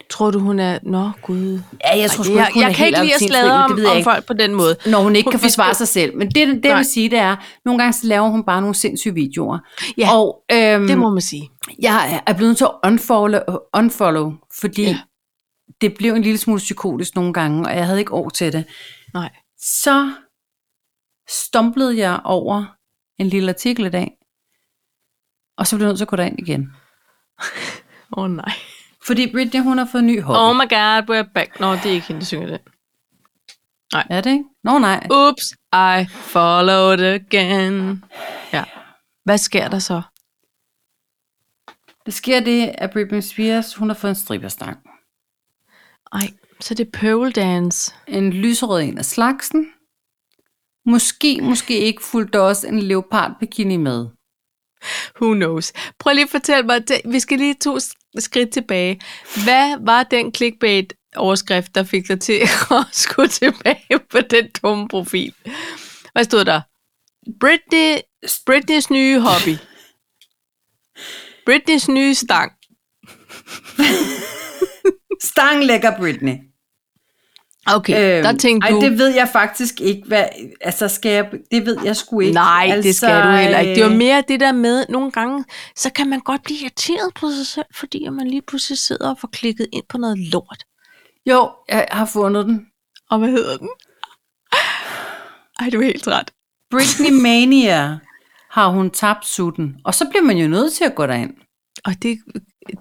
Tror du, hun er... Nå, gud.
Ja, jeg tror sgu
jeg, jeg,
ikke, hun er
jeg kan
helt
ikke lide at sladre
appetitfri, men
om,
det ved jeg
om
ikke.
folk på den måde.
Når hun ikke
Hun-
kan
vi skal-
forsvare sig selv. Men det, det jeg
Nej.
vil sige, det er, nogle gange så laver hun bare nogle sindssyge videoer.
Ja,
og øhm,
Det må man sige.
jeg er blevet nødt til at unfollow, unfollow fordi
Ja.
ja. det blev en lille smule psykotisk nogle gange, og jeg havde ikke år til det.
Nej.
Så stumplede jeg over en lille artikel i dag, og så blev jeg nødt til at gå derind igen.
Åh oh, nej.
Fordi Britney, hun har fået en ny hobby.
Oh my god, we're back. Nå, det er ikke hende, der synger det.
Er det ikke? Nå nej.
Oops, I followed again. Ja. Hvad sker der så?
Det sker det, at Britney Spears, hun har fået en striberstang.
Ej, så det er pole dance.
en lyserød en af slagsen. Måske, måske ikke fulgte også en leopard bikini med.
Who knows? Prøv lige at fortælle mig, det- vi skal lige to s- skridt tilbage. Hvad var den clickbait-overskrift, der fik dig til at skulle tilbage på den dumme profil? Hvad stod der? Britney, Britneys nye hobby. Britneys nye stang.
Stang lægger Britney.
Okay, øhm, der tænkte du,
Ej, det ved jeg faktisk ikke. Hvad, altså, skal jeg, det ved jeg sgu ikke.
nej,
altså,
altså, det skal du heller ikke. Det var
øh,
mere det der med, nogle gange, så kan man godt blive irriteret på sig selv, fordi at man lige pludselig sidder og får klikket ind på noget lort.
Jo, jeg har fundet den.
Og hvad hedder den? Ej, du er helt ret.
Britney Mania har hun tabt sutten. Og så bliver man jo nødt til at gå derind.
Og det,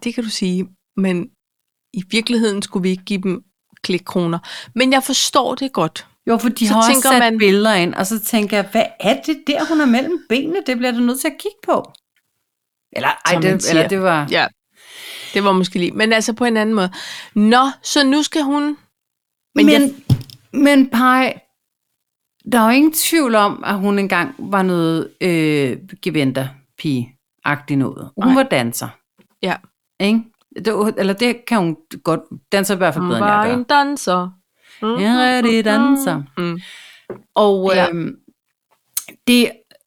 det kan du sige, men i virkeligheden skulle vi ikke give dem klikkroner. Men jeg forstår det godt.
Jo, for de
Så
så har også
tænker
sat
man-
man... billeder ind, og så tænker jeg, hvad er det der, hun er mellem benene? Det bliver du nødt til at kigge på. Eller, ej,
Som man
det,
siger.
eller det var...
Ja, det var måske lige. Men altså på en anden måde. Nå, så nu skal hun... Men
Men,
jeg-
men, men Pai, der er jo ingen tvivl om, at hun engang var noget øh, geventer-pige-agtig noget. Hun
Nej.
var danser.
Ja.
Ikke? Det, eller det kan hun godt... Danser i hvert fald
Hun
bedre, end jeg
var
gør.
en danser. Mm,
Jeg er
mm,
rigtig
mm, mm.
danser.
Mm.
Og
Ja.
ja. øhm, det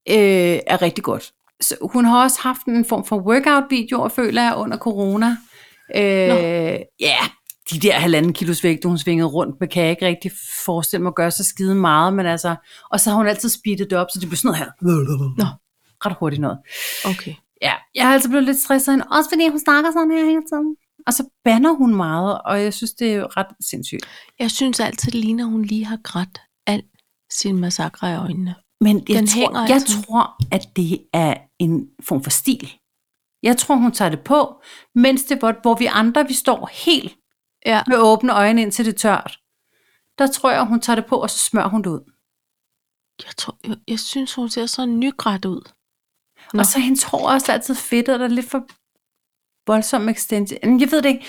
øh, er rigtig godt. Så hun har også haft en form for workout-videoer, føler jeg, under corona. Øh, ja, de der halvanden kilos vægte, hun svingede rundt med, kan jeg ikke rigtig forestille mig at gøre så skide meget, men altså, og så har hun altid speedet det op, så det blev sådan noget her.
Nå.
Ret hurtigt noget.
Okay.
Ja, jeg er altså blevet lidt stresset af hende, også fordi hun snakker sådan her hele tiden. Og så banner hun meget, og jeg synes, det er ret sindssygt.
Jeg synes altid, det ligner, hun lige har grædt al sin massakre i øjnene.
Men jeg,
Den
tror,
hænger
jeg
altså.
tror, at det er en form for stil. Jeg tror, hun tager det på, mens det hvor, hvor vi andre, vi står helt
Ja.
med åbne øjne indtil det er tørt. Der tror jeg, hun tager det på, og så smører hun det ud.
Jeg, tror, jeg, jeg synes, hun ser så nygrædt ud. Nå.
Nå. Og så er hendes hår også altid fedt, og der er lidt for voldsom extension. Men Jeg ved det ikke.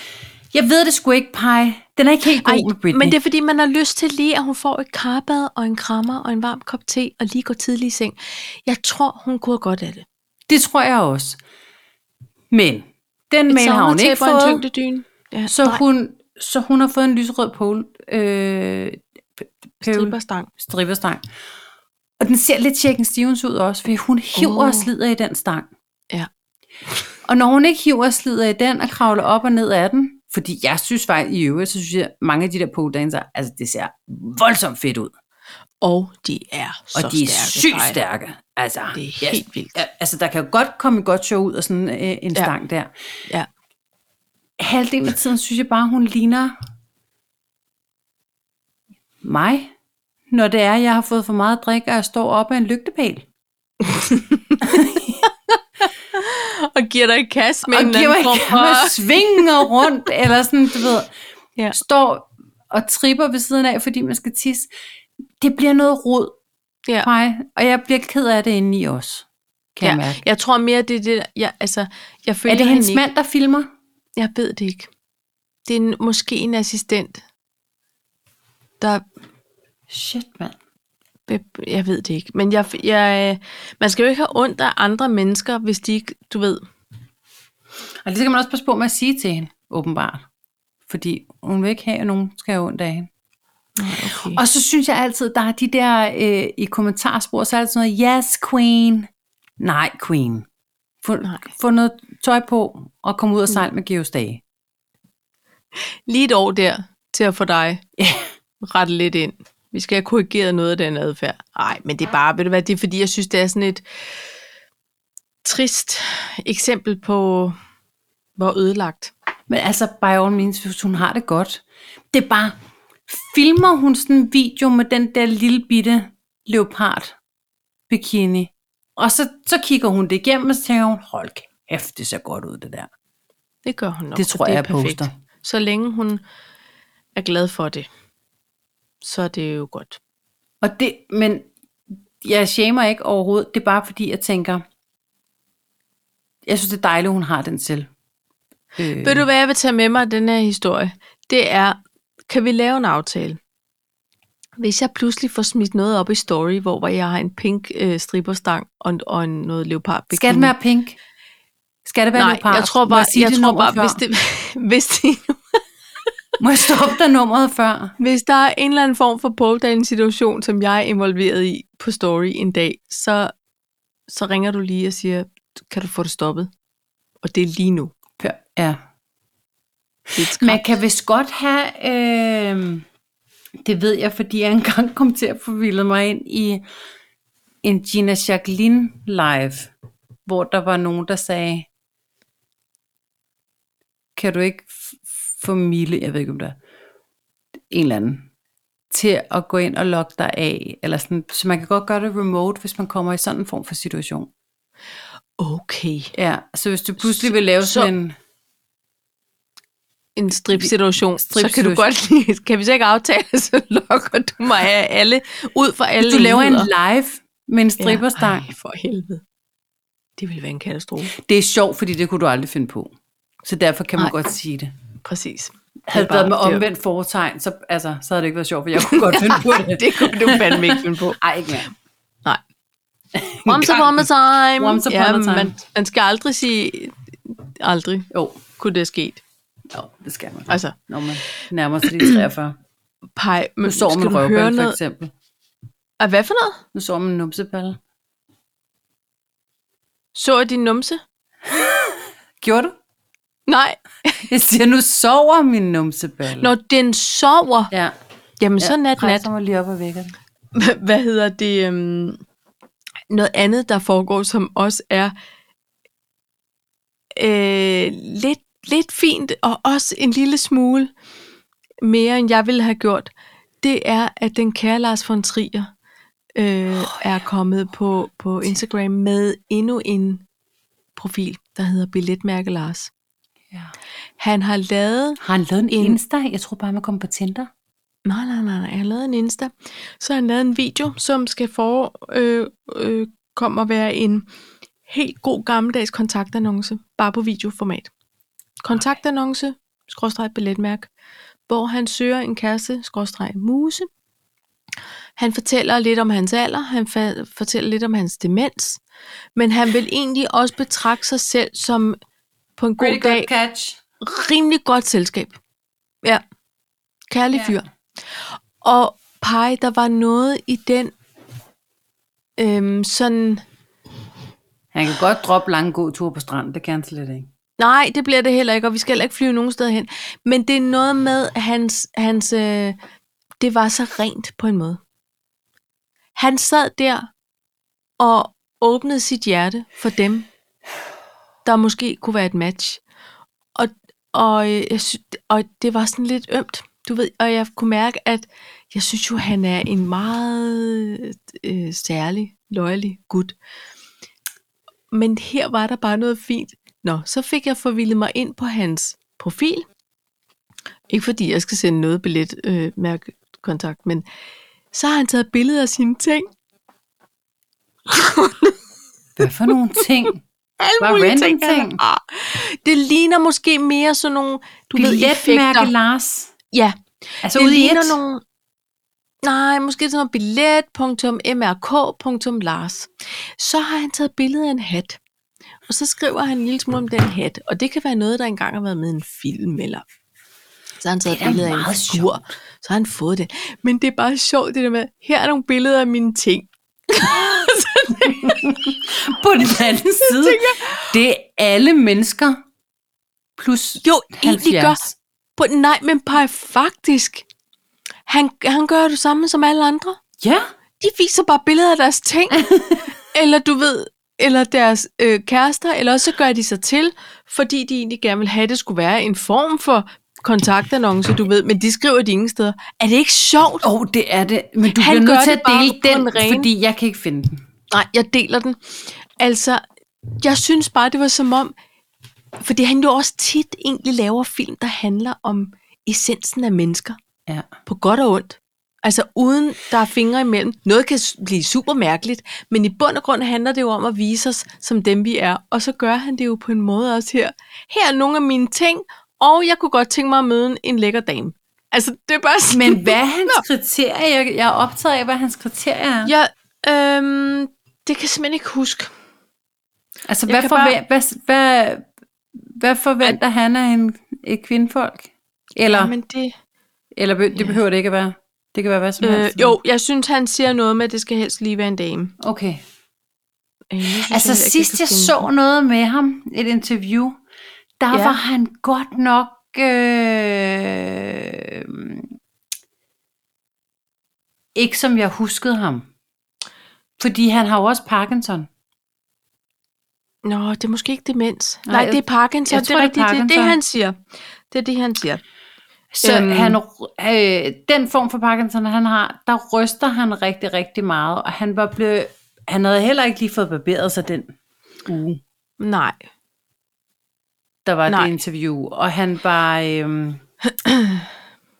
Jeg ved det sgu ikke, Pai. Den er ikke helt god Ej, med Britney.
men det er fordi, man har lyst til lige, at hun får et karbad og en krammer og en varm kop te og lige går tidlig i seng. Jeg tror, hun kunne have godt af det.
det tror jeg også. Men den mail har hun ikke
sommertæppe og
fået.
En tyngdedyne. Ja,
Så hun, så hun har fået en lyserød pole, øh, p- pøl,
Stripperstang.
striberstang. Og den ser lidt Chicken Stevens ud også, for hun hiver
Åh.
oh. og slider i den stang.
Uh. Ja.
Og når hun ikke hiver og slider i den og kravler op og ned af den, fordi jeg synes faktisk i øvrigt, så synes jeg, mange af de der pole dancer, altså det ser voldsomt fedt ud.
Og de er
Og
så
de er
stærke.
sygt
drenge.
stærke. Altså,
Det er
jeg-
helt vildt.
Ja, altså, der kan jo godt komme et godt show ud af sådan øh, en
Ja.
ja. stang der.
Ja.
Halvdelen af tiden synes jeg bare, hun ligner mig, når det er, jeg har fået for meget drik, og jeg står op af en lygtepæl.
Og giver dig et kast med
og
en eller
giver
anden form
ikke
for...
og svinger rundt, eller sådan, du ved,
Ja.
ja. står og tripper ved siden af, fordi man skal tisse. Det bliver noget rod,
Ja.
Paj, og jeg bliver ked af det indeni også, kan ja. jeg mærke.
Ja, jeg tror mere, det er det, jeg, altså, jeg føler
Er det hendes
ikke.
mand, der filmer?
Jeg ved det ikke. Det er en, måske en assistent, der...
Shit, mand.
be- Jeg ved det ikke. Men jeg, jeg, øh, man skal jo ikke have ondt af andre mennesker, hvis de ikke, du ved...
Og det skal man også passe på med at sige til hende, åbenbart. Fordi hun vil ikke have, at nogen skal have ondt af hende.
Okay.
Og så synes jeg altid, der er de der øh, i kommentarspor, så er det sådan noget, yes queen, nej queen. Få,
Nej.
nej. Mm. få noget tøj på og komme ud og sejle med Geos Dage.
Lige et år der, til at få dig
Ja.
rettet lidt ind. Vi skal have korrigeret noget af den adfærd. Nej, men det er bare, ved du hvad, det er fordi, jeg synes, det er sådan et trist eksempel på, hvor ødelagt.
Men altså, by all means, hvis hun har det godt. Det er bare, filmer hun sådan en video med den der lille bitte leopard bikini, og så, så kigger hun det igennem, og så tænker hun, hold kæft, det ser godt ud, det der.
Det gør hun nok.
Det tror
og det
jeg,
er
jeg
perfekt.
poster.
Så længe hun er glad for det, så er det jo godt.
Og det, men jeg shamer ikke overhovedet. Det er bare fordi, jeg tænker, jeg synes, det er dejligt, hun har den selv. Øh,
Øh. Ved du, hvad jeg vil tage med mig af den her historie? Det er, kan vi lave en aftale? Hvis jeg pludselig får smidt noget op i story, hvor hvor jeg har en pink øh, striberstang og, en- og en, noget leopard
skal den være pink? Skal det være
Nej,
leopard?
jeg tror
Må
bare,
sige
jeg
det
tror
nummer
bare
før?
hvis, det, hvis, det,
Må jeg stoppe dig nummeret før?
hvis der er en eller anden form for pole dance situation, som jeg er involveret i på story en dag, så, så ringer du lige og siger, kan du få det stoppet? Og det er lige nu.
Før, Ja.
Det er et
Man kan vist godt have, øh, det ved jeg, fordi jeg engang kom til at forvilde mig ind i en Gina Jacqueline live, hvor der var nogen, der sagde, kan du ikke f- få Mille, jeg ved ikke om det er, en eller anden, til at gå ind og logge dig af, eller sådan, så man kan godt gøre det remote, hvis man kommer i sådan en form for situation.
Okay.
Ja, så hvis du pludselig vil lave
Så-
sådan en,
en strip-situation, strip så kan du
Strip-situation.
godt lige, kan vi så ikke aftale, så lokker du mig af alle, ud for alle
Hvis du laver en
enheder.
live med en
ja,
stripperstang,
ej, for helvede. Det ville være en katastrofe.
det er sjovt, fordi det kunne du aldrig finde på. Så derfor kan man
Nej.
Ej. godt sige det.
Præcis.
Havde det
bare-
været med
det er-
omvendt foretegn, så, altså, så havde det ikke været sjovt, for jeg kunne godt finde på det.
Det kunne du fandme ikke finde på.
Ej, ikke mere.
Nej. Once upon a time.
Once upon a time.
Man, man skal aldrig sige, aldrig
Jo,
kunne det ske.
jo det skal man.
Altså,
Når man nærmer sig de 43.
pej, men
Nu sover
skal
man
du høre
røvball, for
noget?
eksempel.
Ah, hvad for noget?
Nu sover man numseballe.
Så jeg din numse?
Gjorde du?
Nej.
Jeg siger, nu sover min numseballe.
Når den sover,
Ja.
jamen
ja.
så nat, nat.
Rejser mig lige op og vækker den.
Hvad hedder det? Øhm, noget andet, der foregår, som også er øh, lidt, lidt fint, og også en lille smule mere, end jeg ville have gjort, det er, at den kære Lars von Trier øh, oh, er kommet på, på Instagram med endnu en profil, der hedder Billetmærke Lars.
Ja.
Han har lavet
Har han lavet en
En-
Insta? Jeg tror bare, man kommer på Tinder.
Nej, nej, nej, nej. Han lavede en Insta. Så har han lavet en video, som skal for, øh, øh, komme at være en helt god gammeldags kontaktannonce, bare på videoformat. Kontaktannonce, skråstreg billetmærk, hvor han søger en kæreste, skråstreg muse. Han fortæller lidt om hans alder, han fa- fortæller lidt om hans demens, men han vil egentlig også betragte sig selv som på en god dag
catch.
rimelig godt selskab. Ja. Kærlig
Ja.
fyr. Og pej, der var noget i den øhm, sådan...
Han kan godt droppe lange gåture på stranden, det kan han slet ikke.
Nej, det bliver det heller ikke, og vi skal heller ikke flyve nogen steder hen. Men det er noget med hans... hans øh, det var så rent på en måde. Han sad der og åbnede sit hjerte for dem, der måske kunne være et match. Og, og, øh, jeg sy- og det var sådan lidt ømt, du ved. Og jeg kunne mærke, at jeg synes jo, han er en meget øh, særlig, løjelig gut. Men her var der bare noget fint. Nå, så fik jeg forvildet mig ind på hans profil. Ikke fordi jeg skal sende noget billet, øh, mærke kontakt, men så har han taget billeder af sine ting.
Hvad for nogle ting?
Alle
Bare
mulige
random
ting. han
ting.
har. "Ah, Det ligner måske mere sådan nogle, du ved,
Billetmærke,
effekter.
Lars.
Ja,
Altså
det
ude i
ligner
et.
nogle... Nej, måske sådan noget billet.mrk.lars. Så har han taget billede af en hat. Og så skriver han en lille smule om den hat. Og det kan være noget, der engang har været med i en film, eller så har han taget
Det er da
billede af en
meget
figur. Så har han fået det. Men det er bare sjovt, det der med, her er nogle billeder af mine ting.
På den anden side. Det er alle mennesker plus
Jo,
70.
egentlig gør På, nej, men par faktisk. Han, han gør det samme som alle andre.
Ja.
de viser bare billeder af deres ting, eller du ved, eller deres øh, kærester, eller også så gør de sig til, fordi de egentlig gerne vil have, at det skulle være en form for kontaktannonce, du ved, men de skriver de ingen steder. Er det ikke sjovt?
Åh, oh, det er det. Men du
Han
bliver
gør
nødt til
det
at
bare
dele
på
den,
en ren-
fordi jeg kan ikke finde den.
Nej, jeg deler den. Altså, jeg synes bare, det var som om, fordi han jo også tit egentlig laver film, der handler om essensen af mennesker.
Ja.
på godt og ondt. Altså uden der er fingre imellem. Noget kan s- blive super mærkeligt, men i bund og grund handler det jo om at vise os som dem, vi er. Og så gør han det jo på en måde også her. Her er nogle af mine ting, og jeg kunne godt tænke mig at møde en lækker dame. Altså det er bare sådan,
Men hvad er hans kriterier? Jeg, jeg er optaget af, hvad hans kriterier er.
Jeg, øhm, det kan jeg simpelthen ikke huske.
Altså,
Jeg
hvad,
kan
forve- hvad, hvad, hvad forventer han af en, et kvindefolk? Eller,
Men det,
eller be- det behøver det ikke at være. Det kan være hvad som
øh,
helst.
jo, jeg synes, han siger noget med, at det skal helst lige være en dame.
Okay.
Øh, nu synes
Altså,
jeg heller ikke,
sidst
kan
jeg
finde
så noget med ham, et interview, der
Ja.
var han godt nok... Øh, ikke som jeg huskede ham. Fordi han har jo også Parkinson.
Nå, det er måske ikke demens. Nej,
Nej,
Nej
jeg-
det er Parkinson.
jeg
det
tror,
er
det er
rigtigt. Det, er det,
Parkinson.
han siger. Det er det, han siger.
Så
Øhm.
øhm. han, øh, den form for Parkinson, han har, der ryster han rigtig, rigtig meget, og han var blevet, han havde heller ikke lige fået barberet sig den uge.
Nej.
der var Nej.
Nej.
det interview, og han var... Øhm,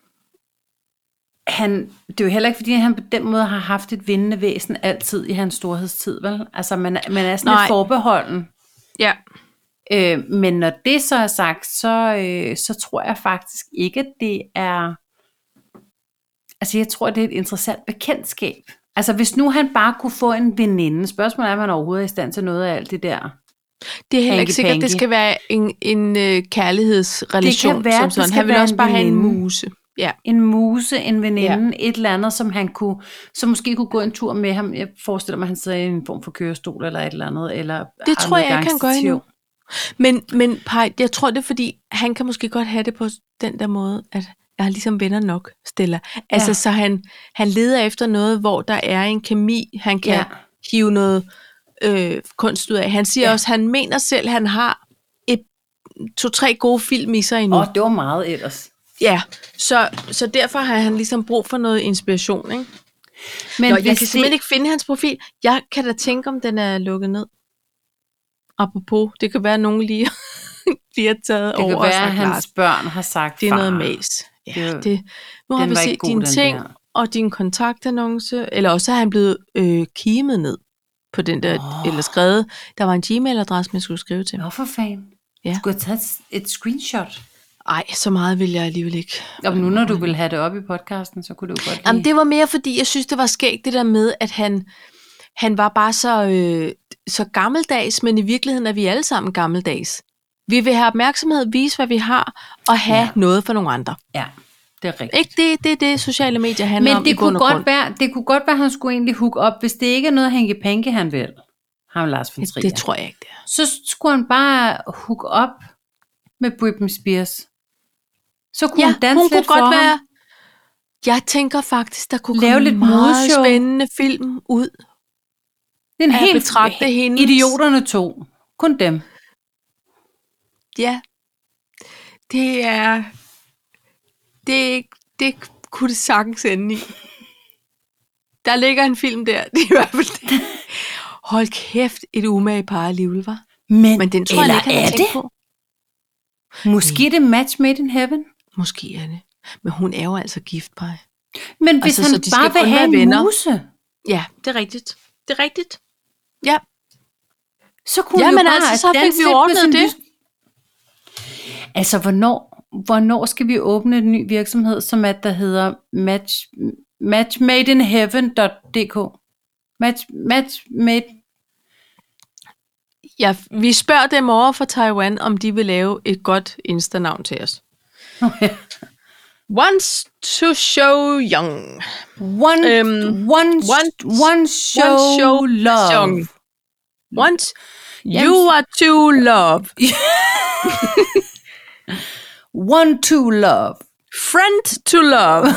han, det er jo heller ikke, fordi han på den måde har haft et vindende væsen altid i hans storhedstid, vel? Altså, man, er- man er sådan lidt
Nej.
forbeholden.
Ja.
Øh, men når det så er sagt, så, øh, så tror jeg faktisk ikke, at det er... Altså, jeg tror, det er et interessant bekendtskab. Altså, hvis nu han bare kunne få en veninde, spørgsmålet er, om han overhovedet er i stand til noget af alt det der.
Det er heller ikke
Hanky
sikkert, at det
panky.
skal være en, en øh, kærlighedsrelation
Det kan være,
som
det
sådan.
skal
Han vil
være
også
en
bare have en
veninde.
muse. Ja.
En muse, en veninde, ja. et eller andet, som han kunne, som måske kunne gå en tur med ham. Jeg forestiller mig, at han sidder i en form for kørestol eller et eller andet. Eller
Det
har
tror
noget
jeg ikke, han gør
gangstativ.
endnu. Men, men Paj, jeg tror det er fordi, han kan måske godt have det på den der måde, at jeg har ligesom venner nok, Stella. Altså,
Ja.
ja. så han, han leder efter noget, hvor der er en kemi, han kan
Ja.
ja. hive noget øh, kunst ud af. Han siger
Ja.
ja. også, han mener selv, han har et to-tre gode film i sig endnu.
Åh, det var meget ellers.
Ja, så, så derfor har han ligesom brug for noget inspiration, ikke?
Men
Men Nå, jeg kan simpelthen ikke finde hans profil. Jeg kan da tænke, om den er lukket ned. Apropos, det kan være, at nogen lige, lige har taget
Det
over
kan
og
være, at
sagt,
hans
"Lars,
børn har sagt,
det er noget
"Far,
mas. Ja,
det-
det, det, nu har
den
vi
var
set
ikke god,
dine
den
ting
der."
og din kontaktannonce, eller også er han blevet øh, kimet ned på den der,
Åh.
oh. eller skrevet. Der var en Gmail-adresse, man skulle skrive til.
Nå for fanden.
Ja.
Skulle jeg tage et, et screenshot?
Nej, så meget vil jeg alligevel ikke.
Og nu når du vil have det op i podcasten, så kunne du jo godt
Jamen,
lide-
det var mere, fordi jeg synes, det var skægt, det der med, at han, han var bare så, øh, så gammeldags, men i virkeligheden er vi alle sammen gammeldags. Vi vil have opmærksomhed, vise, hvad vi har, og have
Ja.
ja. noget for nogle andre.
Ja, det er rigtigt.
Ikke det, det, er det sociale medier handler
Men
om i
det
bund
kunne,
og grund.
godt være, det kunne godt være, at han skulle egentlig hook op, hvis det ikke er noget, Henke Panke han vil. Ham Lars von Trier.
det, det tror jeg ikke, det er.
Så skulle han bare hook op med Britney Spears. Så kunne hun danse lidt for ham.
Jeg tænker faktisk, der kunne
Lave
komme
lidt
meget
modeshow.
spændende film ud.
Det er en
at
helt
betragte hendes-
Idioterne to. Kun dem.
Ja, det er... Det, er ikke- det kunne det sagtens ende i. Der ligger en film der, det er i hvert fald det. Hold kæft, et umage par alligevel, var.
Men,
Men den tror
eller
jeg ikke,
er
han
det?
tænkt på.
Måske er det match made in heaven.
Måske er det. Men hun er jo altså gift, Paj.
Men hvis
Altså,
altså,
så de
han bare
skal
vil
kun
have
være
en venner.
venner.
muse,
Ja, det er rigtigt. Det er rigtigt. Ja,
så kunne
Jamen
han jo bare
altså, så fik
danse
vi
lidt med
ordnet
sin
det.
lys- Altså, hvornår, hvornår skal vi åbne en ny virksomhed, som at der hedder match, matchmadeinheaven.dk? Match, match made.
ja vi spørger dem over fra Taiwan, om de vil lave et godt Insta-navn til os. Wants to show young.
One,
Øhm,
one, one,
one-
one, show,
one show
love.
song. Want you
Jamen,
are to love.
One, two, love.
Friend to love.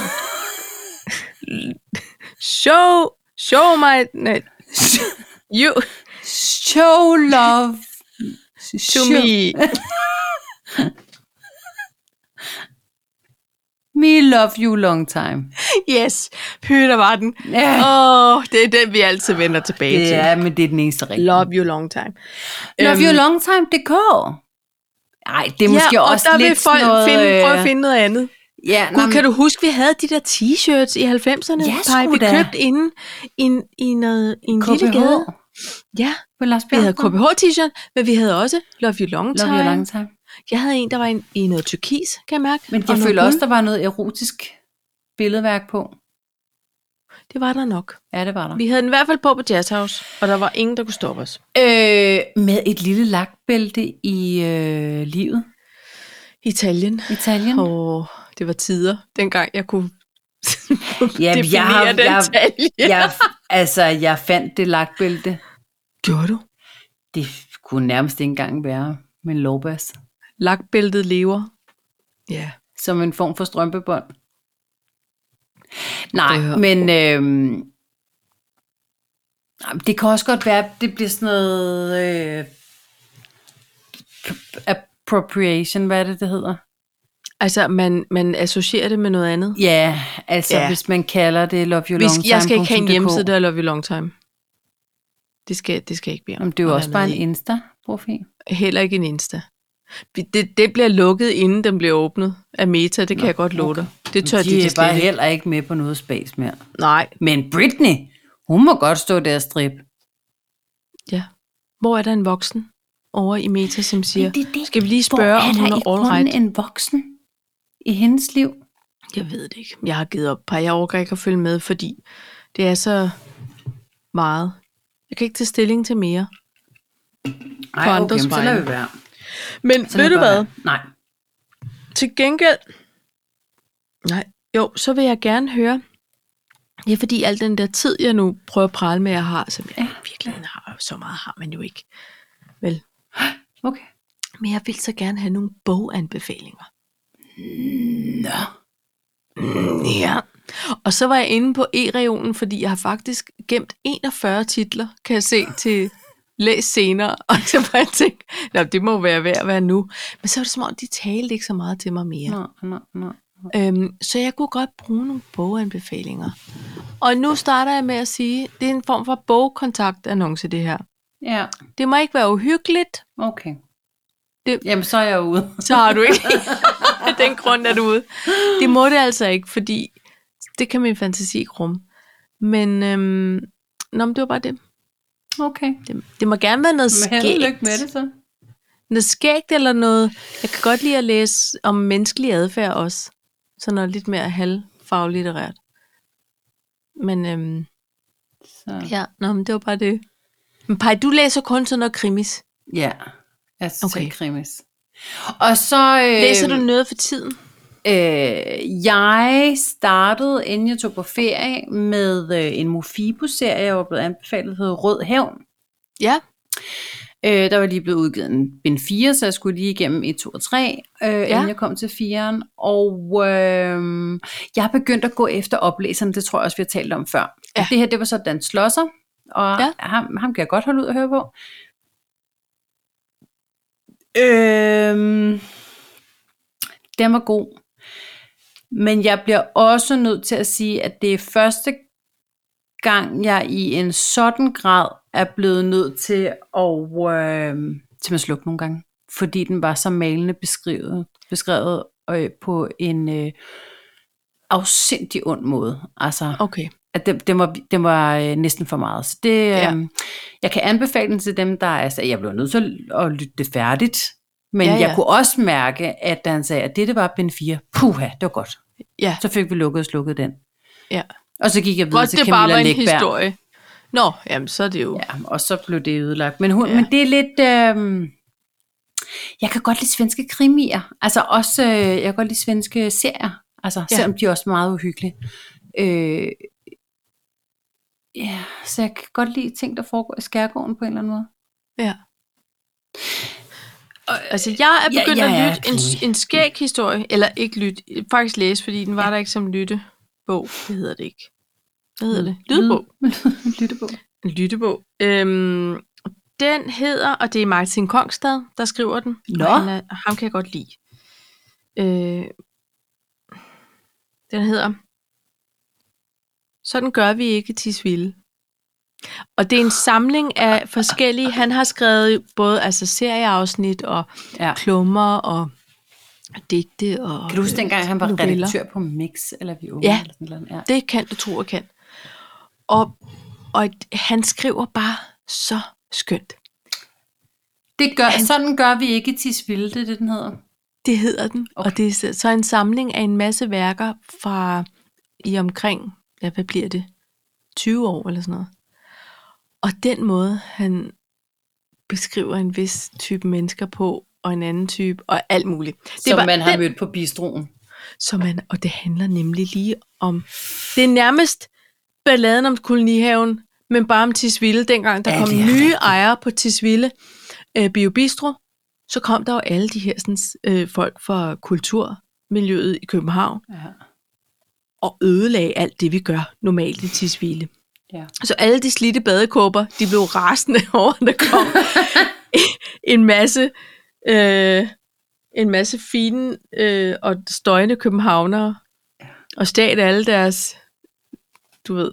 show show my nej. you
Show love.
to
show
me.
Me love you long time.
Yes. Hytter var den.
Ja.
Åh, oh, det er den vi altid vender tilbage til.
Ja, men det er den eneste rigtige.
Love you long time.
Love
Øhm,
you long time, det går. Ej, det er måske
ja, og
også
der
lidt
vil folk
sådan noget,
finde, prøve at
øh,
finde noget andet.
Ja, nå,
Gud,
men-
kan du huske, vi havde de der t-shirts i 90'erne?
Ja,
Paj?
sgu
Vi
da.
købte inde i en, i noget, i en lille
KBH
gade. Ja,
med Lars
vi havde
Bjergstrøm.
KBH t-shirt, men vi havde også Love You Long Time.
Love you long time.
Jeg havde en, der var en, i noget turkis, kan jeg mærke.
Men
og
jeg
noget
føler
guld.
også, der var noget erotisk billedværk på.
Det var der nok.
Ja, det var der.
Vi havde den i hvert fald på på Jazz House, og der var ingen, der kunne stoppe os.
Øh, med et lille lakbælte i øh, livet.
Italien.
Italien.
Og det var tider, dengang jeg kunne
jeg
definere
har-
den
jeg-
talje.
Jeg, altså, jeg fandt det lakbælte.
Gjorde du?
Det kunne nærmest ikke engang være med en lovbas.
Lakbæltet lever. Ja.
som en form for strømpebånd. Nej,
Det her-
men øhm, ej, men det kan også godt være, at det bliver sådan noget øh, appropriation, hvad er det, det hedder?
Altså, man, man associerer det med noget andet.
Ja, altså ja.
Ja.
hvis man kalder det Love You
Vi,
Long Time.
jeg skal ikke have en
punktum
hjemmeside,
DK.
der er Love You Long Time. Det skal, det skal jeg ikke blive om.
Jamen, det er jo
at
også
være
bare
med
en Insta-profil.
i. Heller ikke en Insta. Vi- Det, det bliver lukket, inden den bliver åbnet af Meta, det kan Nå, jeg godt love dig. Det tør de,
de
de
er
til
bare
slet ikke.
heller ikke med på noget spas mere.
Nej,
Men Britney, hun må godt stå der og strippe.
ja. Hvor er der en voksen over i Meta, som siger,
Men det er det.
skal vi lige
Hvor
spørge, om
der
hun
i
er all
grunden
right?
en voksen i hendes liv?
Jeg ved det ikke. Jeg har givet op par. Jeg overgår ikke at følge med, fordi det er så meget. Jeg kan ikke tage stilling til mere.
Nej,
På andres
så lader
vegne.
vi være.
Men
Så
ved
lader vi
du
bare
hvad?
være. Nej.
Til gengæld... Nej, jo, så vil jeg gerne høre... Ja, fordi al den der tid, jeg nu prøver at prale med, jeg har, som jeg ja. virkelig har, så meget har man jo ikke. Vel,
Okay.
men jeg vil så gerne have nogle boganbefalinger.
Nå.
Ja. Og så var jeg inde på e-reolen, fordi jeg har faktisk gemt 41 titler, kan jeg se, til læs senere. Og så var jeg tænkt, Nå, det må være ved at være nu. Men så var det som om, de talte ikke så meget til mig mere.
Nå, nå, nå.
Øhm, så jeg kunne godt bruge nogle boganbefalinger. Og nu starter jeg med at sige, det er en form for bogkontaktannonce, det her.
Ja,
Det må ikke være uhyggeligt,
okay.
Det-
Jamen, så er jeg ude.
så har du ikke af den grund, er du ude. Det må det altså ikke, fordi det kan min fantasi ikke rumme. Men, øhm, nå, men det var bare det.
Okay.
det. Det må gerne være noget
Men held og
skægt.
lykke med det så.
Noget skægt eller noget. Jeg kan godt lide at læse om menneskelig adfærd også. Så noget lidt mere halvfaglitterært. Men øhm,
så.
Ja, nå, men det var bare det. Men Paj, du læser kun sådan noget krimis.
Ja, altså okay.
Okay.
til krimis. Og så... Øh,
Læser du noget for tiden?
Øh, jeg startede, inden jeg tog på ferie, med øh, en Mofibo-serie, jeg var blevet anbefalet, der hedder Rød Hævn.
Ja.
Øh, der var lige blevet udgivet en bind 4, så jeg skulle lige igennem 1, 2 og 3, øh, ja. inden jeg kom til 4'eren. Og øh, jeg er begyndt at gå efter oplæserne, det tror jeg også, vi har talt om før.
Ja.
Ja. Det her, det var så Dan Slosser, og
Ja.
ja. ham, ham kan jeg godt holde ud at høre på. Øh, den var god. Men jeg bliver også nødt til at sige, at det er første gang, jeg i en sådan grad er blevet nødt til at, øh, til at slukke nogle gange. Fordi den var så malende beskrevet, beskrevet øh, på en øh, afsindig ond måde. Altså,
Okay.
at den, den var, den var øh, næsten for meget. Så det,
Ja.
ja. øh, jeg kan anbefale den til dem, der er, altså, jeg blev nødt til at lytte det færdigt. Men
Ja,
ja, ja. jeg
ja.
kunne også mærke, at da han sagde, at det, det var Ben 4, puha, det var godt.
Ja.
Så fik vi lukket og slukket den.
Ja.
Og så gik jeg videre
Godt,
til
det
Camilla
bare var en
Läckberg.
historie. Nå, jamen, så er det jo... Ja.
Ja, og så blev det ødelagt. Men, hun,
Ja.
ja. men det er lidt... Øh, jeg kan godt lide svenske krimier. Altså også, øh, jeg kan godt lide svenske serier. Altså,
Ja.
ja. selvom de er også meget uhyggelige. Øh, ja, så jeg kan godt lide ting, der foregår i skærgården på en eller anden måde.
ja. Og, altså, jeg er
Ja,
begyndt ja,
jeg
ja,
er
at lytte en,
krimi.
en skæg historie, eller ikke lytte, faktisk læse, fordi den var ja. der ikke som lyttebog. Det hedder det ikke. Hvad hedder det? Lydbog.
Lyttebog.
En lyttebog. Øhm, den hedder, og det er Martin Kongstad, der skriver den.
Nå.
Og han er, ham kan jeg godt lide. Øh, den hedder, Sådan gør vi ikke Tisvilde. Og det er en samling af forskellige, han har skrevet både altså serieafsnit og
Ja.
klummer og digte og
Kan du huske dengang, han var
noveller?
redaktør på Mix, eller vi unge?
Ja.
Eller sådan noget. ja.
Det kan du tro, jeg kan. Og, og han skriver bare så skønt.
Det gør, sådan gør vi ikke i Tisvilde, det er det, den hedder.
Det hedder den, okay.
Okay.
og det er så- så en samling af en masse værker fra i omkring, ja, hvad bliver det, 20 år eller sådan noget. Og den måde, han beskriver en vis type mennesker på, og en anden type, og alt muligt. Det
Som man har
den,
mødt på bistroen.
som man, og det handler nemlig lige om, det er nærmest balladen om kolonihaven, men bare om Tisvilde, dengang der
Ja,
ja, kom
det er
nye
rigtigt.
ejere på Tisvilde øh, Biobistro, så kom der jo alle de her sådan, øh, folk fra kulturmiljøet i København
Ja.
og ødelagde alt det, vi gør normalt i Tisvilde.
ja.
Så alle de slidte badekåber, de blev rasende over, at der kom en masse, øh, en masse fine øh, og støjende københavnere, og stjal alle deres, du ved,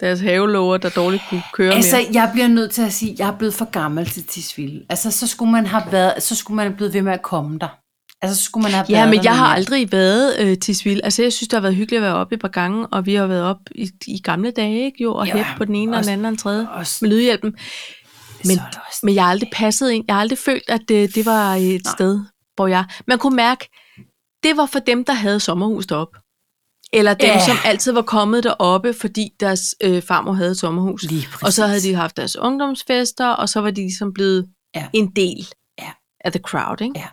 Deres havelåger, der dårligt kunne køre
Altså,
mere.
jeg bliver nødt til at sige, at jeg er blevet for gammel til Tisvilde. Altså, så skulle man have været, så skulle man have blevet ved med at komme der. Altså, så skulle man have været
Ja, men
der
jeg har
noget
aldrig været øh, til Svild. Altså, jeg synes, det har været hyggeligt at være oppe et par gange, og vi har været oppe i, i gamle dage, ikke? Jo, og
Jo,
hæppe på den ene og
også-
den anden og den tredje
mere. Også,
med lydhjælpen.
men,
men-
så er der også,
Men jeg har aldrig passet ind. Jeg har aldrig følt, at det, det var et
Nej.
Nej. sted, hvor jeg... Man kunne mærke, det var for dem, der havde sommerhus deroppe. Eller dem,
Ja.
som altid var kommet deroppe, fordi deres øh, farmor havde et sommerhus.
lige præcis.
Og så havde de haft deres ungdomsfester, og så var de ligesom blevet
Ja.
ja. en del
Ja.
af the crowd, ikke?
Ja.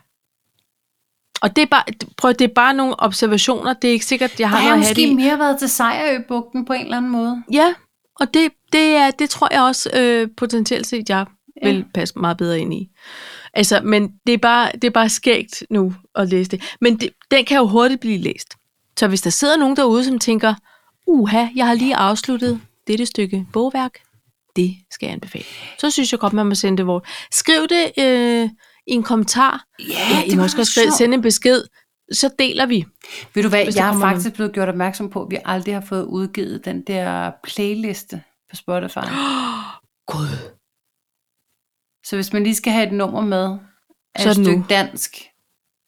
Og det er bare, prøv, at- det er bare nogle observationer. Det er ikke sikkert, jeg
der
har
har
noget
jeg
at have det
måske
i.
mere været til Sejrøbugten på en eller anden måde.
Ja, og det, det, er, det tror jeg også øh, potentielt set, jeg
Ja.
vil passe meget bedre ind i. Altså, men det er bare, det er bare skægt nu at læse det. Men det, den kan jo hurtigt blive læst. Så hvis der sidder nogen derude, som tænker, uha, jeg har lige afsluttet dette stykke bogværk, det skal jeg anbefale. Så synes jeg godt, man må sende det vort. Skriv det øh, i en kommentar. Ja, I må også godt skrive- sende en besked. Så deler vi.
Ved du hvad,
hvis der
jeg er
kommer nogen.
faktisk blevet gjort opmærksom på, at vi aldrig har fået udgivet den der playliste på Spotify.
God.
Så hvis man lige skal have et nummer med af
Så
et
er det
stykke
nu.
dansk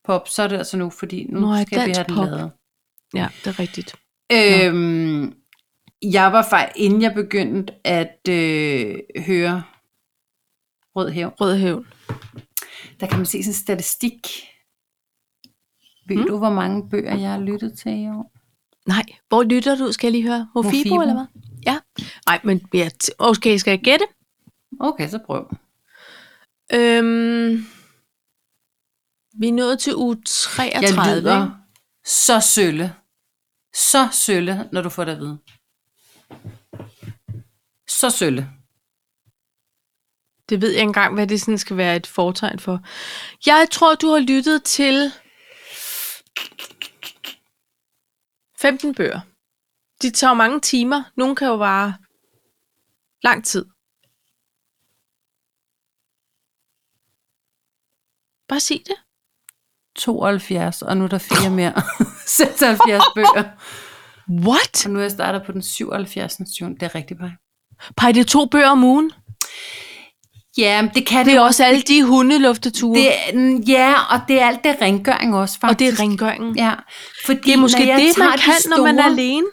pop, så er det altså nu, fordi nu
Nå, ja,
skal vi
dansk
have den
pop.
lavet.
Ja, det er rigtigt.
Øhm, jeg var faktisk, inden jeg begyndte at øh, høre Rød Hæv,
Rød hævn.
der kan man se sådan en statistik. Ved
Mm.
du, hvor mange bøger jeg har lyttet til i år?
Nej, hvor lytter du? Skal jeg lige høre? Mofibo,
Mofibo.
Mofibo. eller hvad? Ja. Nej, men ja, t- okay, skal jeg gætte?
Okay, så prøv.
Øhm, vi er nået til uge 33.
jeg
ikke?
lyder så sølle. Så sølle, når du får det at vide. Så sølle.
Det ved jeg ikke engang, hvad det sådan skal være et fortegn for. Jeg tror, du har lyttet til 15 bøger. De tager jo mange timer. Nogle kan jo vare lang tid. Bare sig det.
72, og nu er der fire mere. 76 bøger.
What?
Og nu er jeg startet på den 77. tune. Det er rigtig bare.
Pej, det er to bøger om ugen.
Ja, men det kan
Det er også alle de hundelufteture.
Det, mm, ja, og det er alt det rengøring også,
og
faktisk.
det er rengøringen.
Ja, fordi
Det er måske
når jeg
det,
tager
man
de
kan, når man er
store-
alene.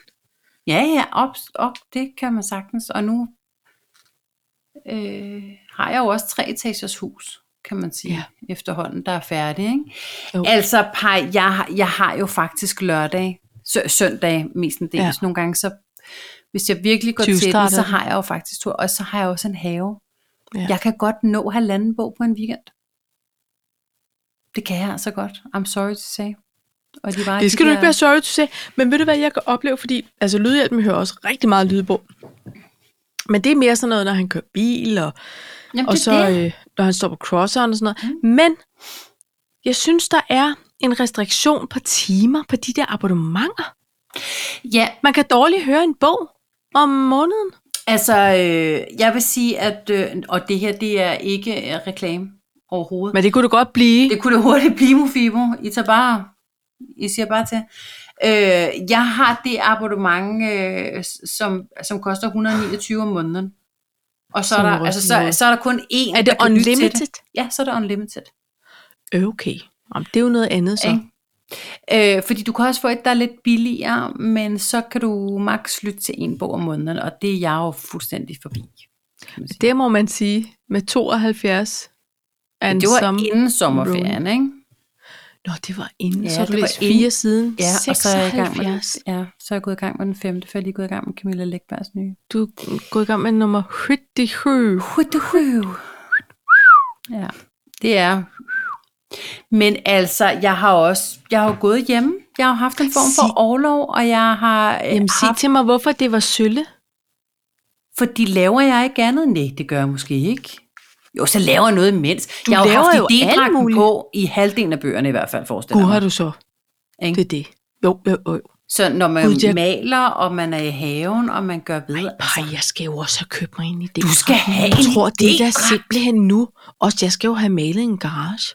Ja, ja, op, op, det kan man sagtens. Og nu øh, har jeg jo også tre etagers hus, kan man sige, ja. efterhånden, der er færdig. Ikke?
Jo.
Altså, pej, jeg, har- jeg har jo faktisk lørdag, sø, søndag mestendels. Ja.
Ja.
Nogle gange, så hvis jeg virkelig går til den,
Tyvstarter
så
den.
har jeg jo faktisk tur, og så har jeg også en have. Ja.
Ja.
Jeg kan godt nå halvanden bog på en weekend. Det kan jeg altså godt. I'm sorry to say. Og de var
Det skal du ikke være sorry to say. Men ved du hvad, jeg kan opleve, fordi altså, lydhjælpen hører også rigtig meget lydbog. Men det er mere sådan noget, når han kører bil, og,
Jamen,
og
det er
så
det.
øh, når han står på crosseren og sådan noget. Mm. Men jeg synes, der er en restriktion på timer på de der abonnementer.
Ja,
Man kan dårligt høre en bog om måneden.
Altså, øh, jeg vil sige, at øh, og det her, det er ikke øh, reklame overhovedet. Men
Men det kunne det godt blive.
det kunne det hurtigt blive, Mofibo. I tager bare, I siger bare til. Øh, jeg har det abonnement, øh, s- som, som koster 129 om måneden. Og så er,
Som
der,
ryster
altså, så,
noget.
så er der kun én,
er
der
det
kan lytte til
unlimited?
Ja, så er der unlimited.
Øh, Okay. Jamen, det er jo noget andet så.
Ikke? Øh, fordi du kan også få et, der er lidt billigere, men så kan du maks lytte til en bog om måneden, og det er jeg jo fuldstændig forbi. kan man sige.
Det må man sige med 72 er en
Det var
som...
inden sommerferien, ikke?
Nå, det var inden,
Ja,
ja, så har
det
du
var
læst
inden.
fire siden.
Ja,
76.
og så er jeg i gang med den, ja, så er jeg gået i gang med den femte, for jeg er lige gået i gang med Camilla Lækbergs nye.
Du er gået i gang med nummer 77.
Ja, det er. Men altså, jeg har også, jeg har jo gået hjemme. Jeg har jo haft en form for
Sig-
overlov, og jeg har øh,
Jamen, sig
haft,
til mig, hvorfor det var sølle.
fordi laver jeg ikke andet? Nej, det gør jeg måske ikke. Jo, så laver jeg noget imens.
Du
jeg har
laver
haft
jo alt
idédragten
muligt.
på i halvdelen af bøgerne i hvert fald, forestiller
Gud,
jeg
har
mig.
du så.
Ikke?
Det er det. Jo, jo, jo.
Så når man
Gud, jeg-
maler, og man er i haven, og man gør ved. Altså,
Ej, jeg skal jo også have købt mig ind i det.
Du skal have
Jeg
en
tror, det er da
idédragt.
simpelthen nu. Også jeg skal jo have malet en garage.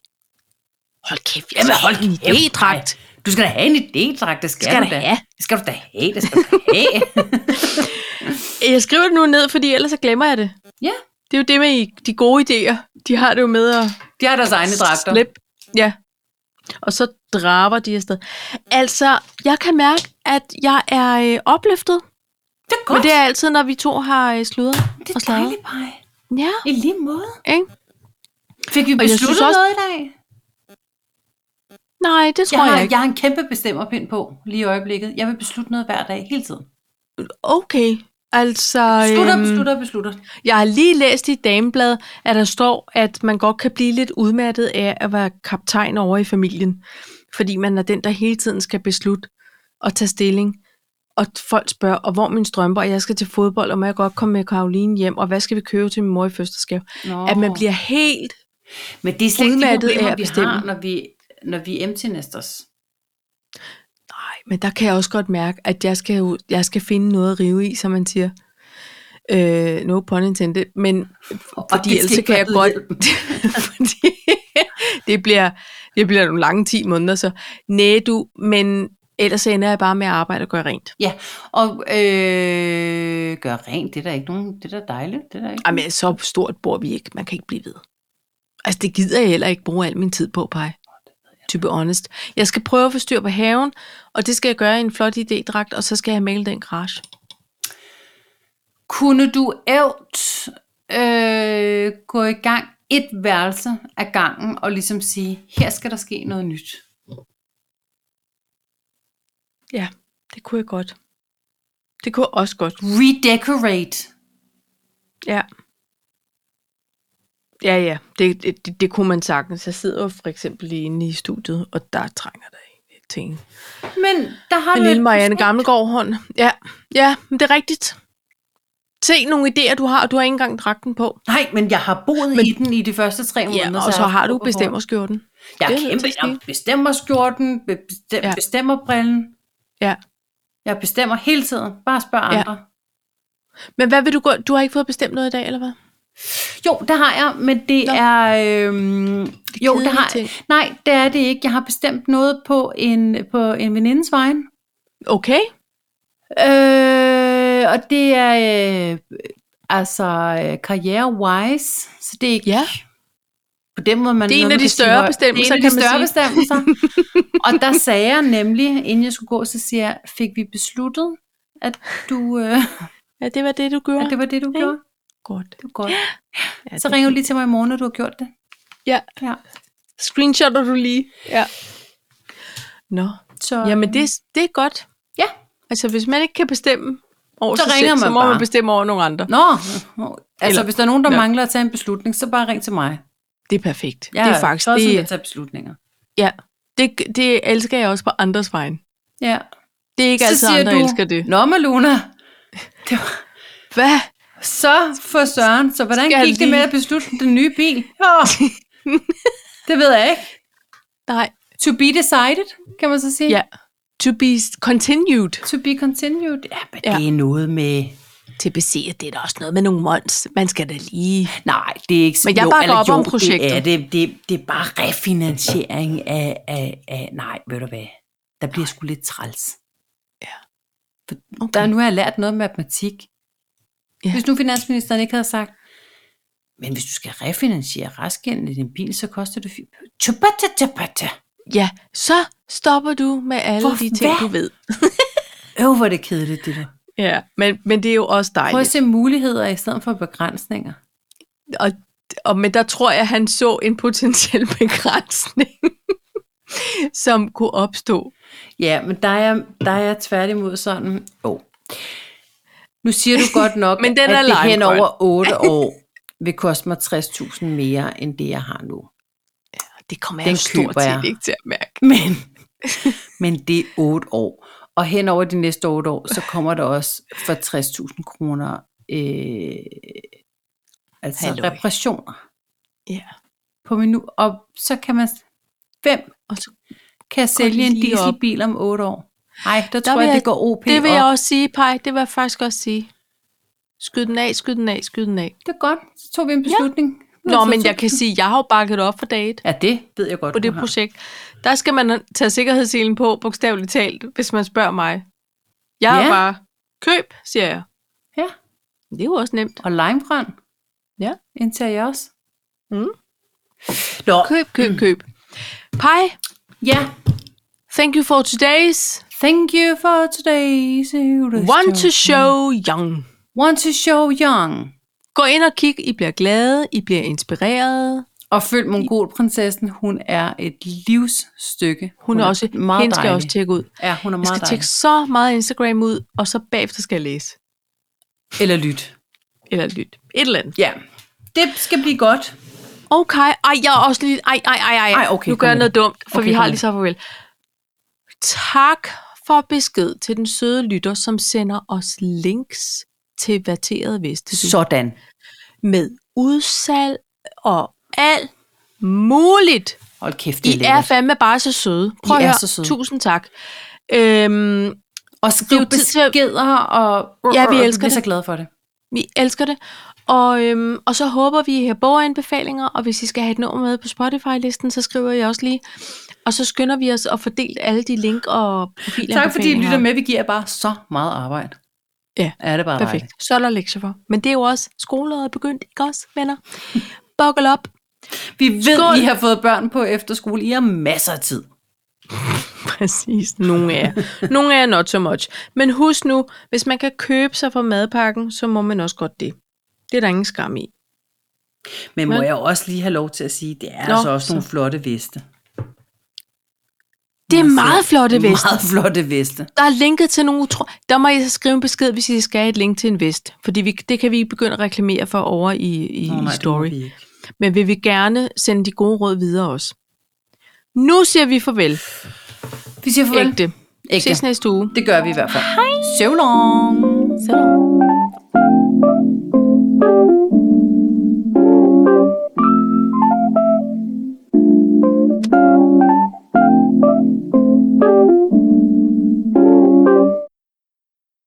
Hold kæft, jeg
Jamen,
skal
hold
have en
kæft, nej.
idédragt.
Du skal da have en idédragt, det skal,
Skal da
du da.
have.
Det skal du da have, det skal du da have.
jeg skriver det nu ned, fordi ellers så glemmer jeg det.
Ja.
Det er jo det med i- de gode idéer. De har det jo med at
De har deres egne dragter.
slippe. Ja. Og så draber de afsted. Altså, jeg kan mærke, at jeg er øh, opløftet.
Det er
Men
godt.
det er altid, når vi to har øh, sludret.
det
og
er
sladret.
dejligt, Paj.
Ja,
I lige måde.
ikke?
Fik vi
Og jeg
besluttet
synes også-
noget i dag?
Nej, det tror
Jeg
jeg,
har,
ikke.
jeg har en kæmpe bestemmerpind på lige i øjeblikket. Jeg vil beslutte noget hver dag, hele tiden.
Okay. Altså,
Beslutter,
øhm,
beslutter, beslutter.
jeg har lige læst i Damebladet, at der står, at man godt kan blive lidt udmattet af at være kaptajn over i familien. Fordi man er den, der hele tiden skal beslutte og tage stilling. Og folk spørger, og hvor er mine strømper, og jeg skal til fodbold, og må jeg godt komme med Karoline hjem, og hvad skal vi købe til min mor i fødselsdagsgave?
Nå.
Oh. At man bliver helt...
Men det er slet ikke de
udmattet af
problemer,
at
vi
bestemme.
har, når vi, når vi er MT-nesters.
Nej, men der kan jeg også godt mærke, at jeg skal, ud- jeg skal finde noget at rive i, som man siger. Øh, no pun intended, men fordi ellers så kan jeg godt... fordi det, bliver, det bliver nogle lange 10 måneder, så næ du, men ellers så ender jeg bare med at arbejde og gøre rent.
Ja, og øh, gør rent, det er da ikke nogen, det er da dejligt. Det er da ikke
Jamen, så stort bor vi ikke. Man kan ikke blive ved. Altså, det gider jeg heller ikke bruge al min tid på, Paj. To be honest. Jeg skal prøve at få styr på haven, og det skal jeg gøre i en flot idédragt, og så skal jeg male den garage.
Kunne du ævt øh, gå i gang et værelse af gangen og ligesom sige, her skal der ske noget nyt?
Ja, det kunne jeg godt. Det kunne jeg også godt.
Redecorate.
Ja. Ja, ja, det, det, det, det kunne man sagtens. Jeg sidder jo for eksempel lige inde i studiet, og der trænger der ikke til en.
Men der har
En
du
lille
et
Marianne
projekt.
Gammelgaard hånd. Ja, ja, men det er rigtigt. Se nogle idéer, du har, og du har ikke engang dragten på.
Nej, men jeg har boet men, i den i de første tre
Ja,
måneder.
og så
jeg
har du
fået-
bestemmerskjorten.
Jeg
Det
har
er nødt
kæmpe,
til at
jeg bestemmer skjorten, be- bestem,
Ja.
ja. bestemmer brillen.
Ja.
Jeg bestemmer hele tiden. Bare spørg
Ja.
andre.
Men hvad vil du gå? Du har ikke fået bestemt noget i dag, eller hvad?
Jo, det har jeg, men det
Nå.
Nå. er... Øhm, det jo, det
kedelige
har
ting.
jeg. Nej, det er det ikke. Jeg har bestemt noget på en, på en venindes vejen.
Okay.
Øh, og det er øh, altså øh, karriere-wise, så det er ikke...
Ja.
På den måde, man
Det er en
noget,
af
man
de
kan sige
større
højt.
bestemmelser,
det er en af
kan
de
man
større bestemmelser. og der sagde jeg nemlig, inden jeg skulle gå, så siger jeg, fik vi besluttet, at, du, øh,
Ja, det var det, du gjorde.
at det var det, du
Ikke?
gjorde?
godt.
Det var godt.
Ja,
Så
det-
ringer du lige til mig i morgen, når du har gjort det.
Ja.
ja.
Screenshotter du lige. Ja. Nå.
Så,
Jamen, det, det er godt.
Ja.
Altså, hvis man ikke kan bestemme over
Så
sig
ringer
selv, så
man
må man
bare.
bestemme over nogle andre.
Nå, altså
Eller-
hvis der er nogen, der
Nå.
mangler at tage en beslutning, så bare ring til mig.
Det er perfekt.
Jeg
det er faktisk,
tosset med
det,
at tage beslutninger.
ja, det, det elsker jeg også på andres vejen.
Ja.
Det er ikke
Så
altid
siger
andre
du,
elsker det.
Nå, Maluna, det var,
Hvad?
så for Søren, så hvordan
Skal
gik det
lige-
med at beslutte den nye bil? Åh, det ved jeg ikke.
Nej.
To be decided, kan man så sige.
Ja. To be continued.
To be continued. Ja, men
Ja.
det er noget med...
TBC, det er da også noget med nogle mons. Man skal da lige...
Nej, det er ikke...
Men jeg
jo,
bakker
eller
op
jo,
om projektet.
Det er, det, det, det er bare refinansiering af, af, af... Nej, ved du hvad? Der bliver sgu lidt træls. Der
Okay.
er nu har jeg lært noget med matematik.
Ja.
Ja. Hvis nu finansministeren ikke havde sagt, men hvis du skal refinansiere restgælden i din bil, så koster det... fi- Tjubata, tjubata.
Ja, så stopper du med alle
Hvor-
de ting,
hvad?
du ved.
Øv, hvor er det kedeligt, det der.
Ja, men, men det er jo også
Prøv at
dejligt.
se muligheder i stedet for begrænsninger.
Og, og, men der tror jeg, han så en potentiel begrænsning, som kunne opstå.
Ja, men der er, der er jeg tværtimod sådan... Oh. Nu siger du godt nok,
Men den er
at det
limegrøn.
hen over 8 år vil koste mig 60.000 mere, end det, jeg har nu.
Det kommer
Den
jeg jo stort
køber jeg.
set ikke til at mærke.
Men, men det er 8 år. Og hen over de næste 8 år, så kommer der også for 60.000 kroner øh, altså
Halløj.
Halløj. reparationer
Ja.
på menu. Og så kan man... Hvem
Og så,
kan sælge en
lige op.
dieselbil om 8 år? Nej, der, tror
vil
jeg,
jeg-
det går OP
det vil jeg
op.
også sige, Paj. Det vil jeg faktisk også sige. Skyd den af, skyd den af, skyd den af.
Det er godt. Så tog vi en beslutning. Ja.
Nå, men jeg kan sige, jeg har jo bakket op for date
Ja, det ved jeg godt,
på det
du har.
projekt. Der skal man tage sikkerhedsselen på, bogstaveligt talt, hvis man spørger mig. Jeg er
Ja.
bare, køb, siger jeg.
Ja.
Det er jo også nemt.
og limegrøn.
Ja.
Indtager jeg også.
Mm.
Nå,
Køb, køb, køb. Pie,
ja.
thank you for today's
Thank you for today's
One to Show Young.
Want to show young.
Gå ind og kig, I bliver glade, I bliver inspireret.
Og følg mongolprinsessen, hun er et livsstykke.
Hun, hun er også,
meget
hende skal jeg
dejlig.
også tjekke ud.
Ja, hun er
Jeg
meget
skal
dejlig.
tjekke så meget Instagram ud, og så bagefter skal jeg læse.
Eller lyt.
Eller lytte. Et eller andet.
Ja. Det skal blive godt.
Okay, ej, jeg er også lige... Ej, ej, ej, ej.
Ej, okay,
nu
kom
gør jeg
med
noget dumt, for
Okay,
okay, vi
kom
har
med
lige så farvel. Tak for besked til den søde lytter, som sender os links til Verteret Veste
Sådan.
med udsalg og alt muligt.
Hold kæft, det er
I er
lækkert.
fandme bare så søde. Prøv
I
at
er
høre.
så søde.
Tusind tak. Øhm,
Og skriv
tid til-
beskeder, og
Ja, vi
og- og
elsker
Vi er
det.
så glade for det.
Vi elsker det. Og, øhm, og så håber vi, at I har borgeranbefalinger, og hvis I skal have et nummer med på Spotify-listen, så skriver I også lige. Og så skynder vi os at fordele alle de link og profilanbefalinger.
Tak fordi I lytter med. Vi giver jer bare så meget arbejde.
Ja,
Er det bare
Perfekt.
dejligt.
Så er der lektier for. Men det er jo også, skoleåret er begyndt, ikke også, venner? Buckle op.
Vi ved,
Skål.
I har fået børn på efterskole. I har masser af tid.
Præcis, nogle af jer. Nogle af jer not so much. Men husk nu, hvis man kan købe sig fra madpakken, så må man også godt det. Det er der ingen skam i.
Men må
Men-
jeg også lige have lov til at sige, det er
Nå,
altså også
så-
nogle flotte veste.
Det er
Altså,
meget flotte vest.
Meget flotte veste.
Der er linket til nogle utro... Der må I så skrive en besked, hvis I skal have et link til en vest. Fordi vi, det kan vi ikke begynde at reklamere for over i, i,
Nå,
i
nej, det må
story.
vi ikke.
Men vil vi gerne sende de gode råd videre også. Nu siger vi farvel.
Vi siger farvel.
Ægte.
Ægte.
Ses næste uge.
Det gør vi i hvert fald. Hej. So long.
Salam.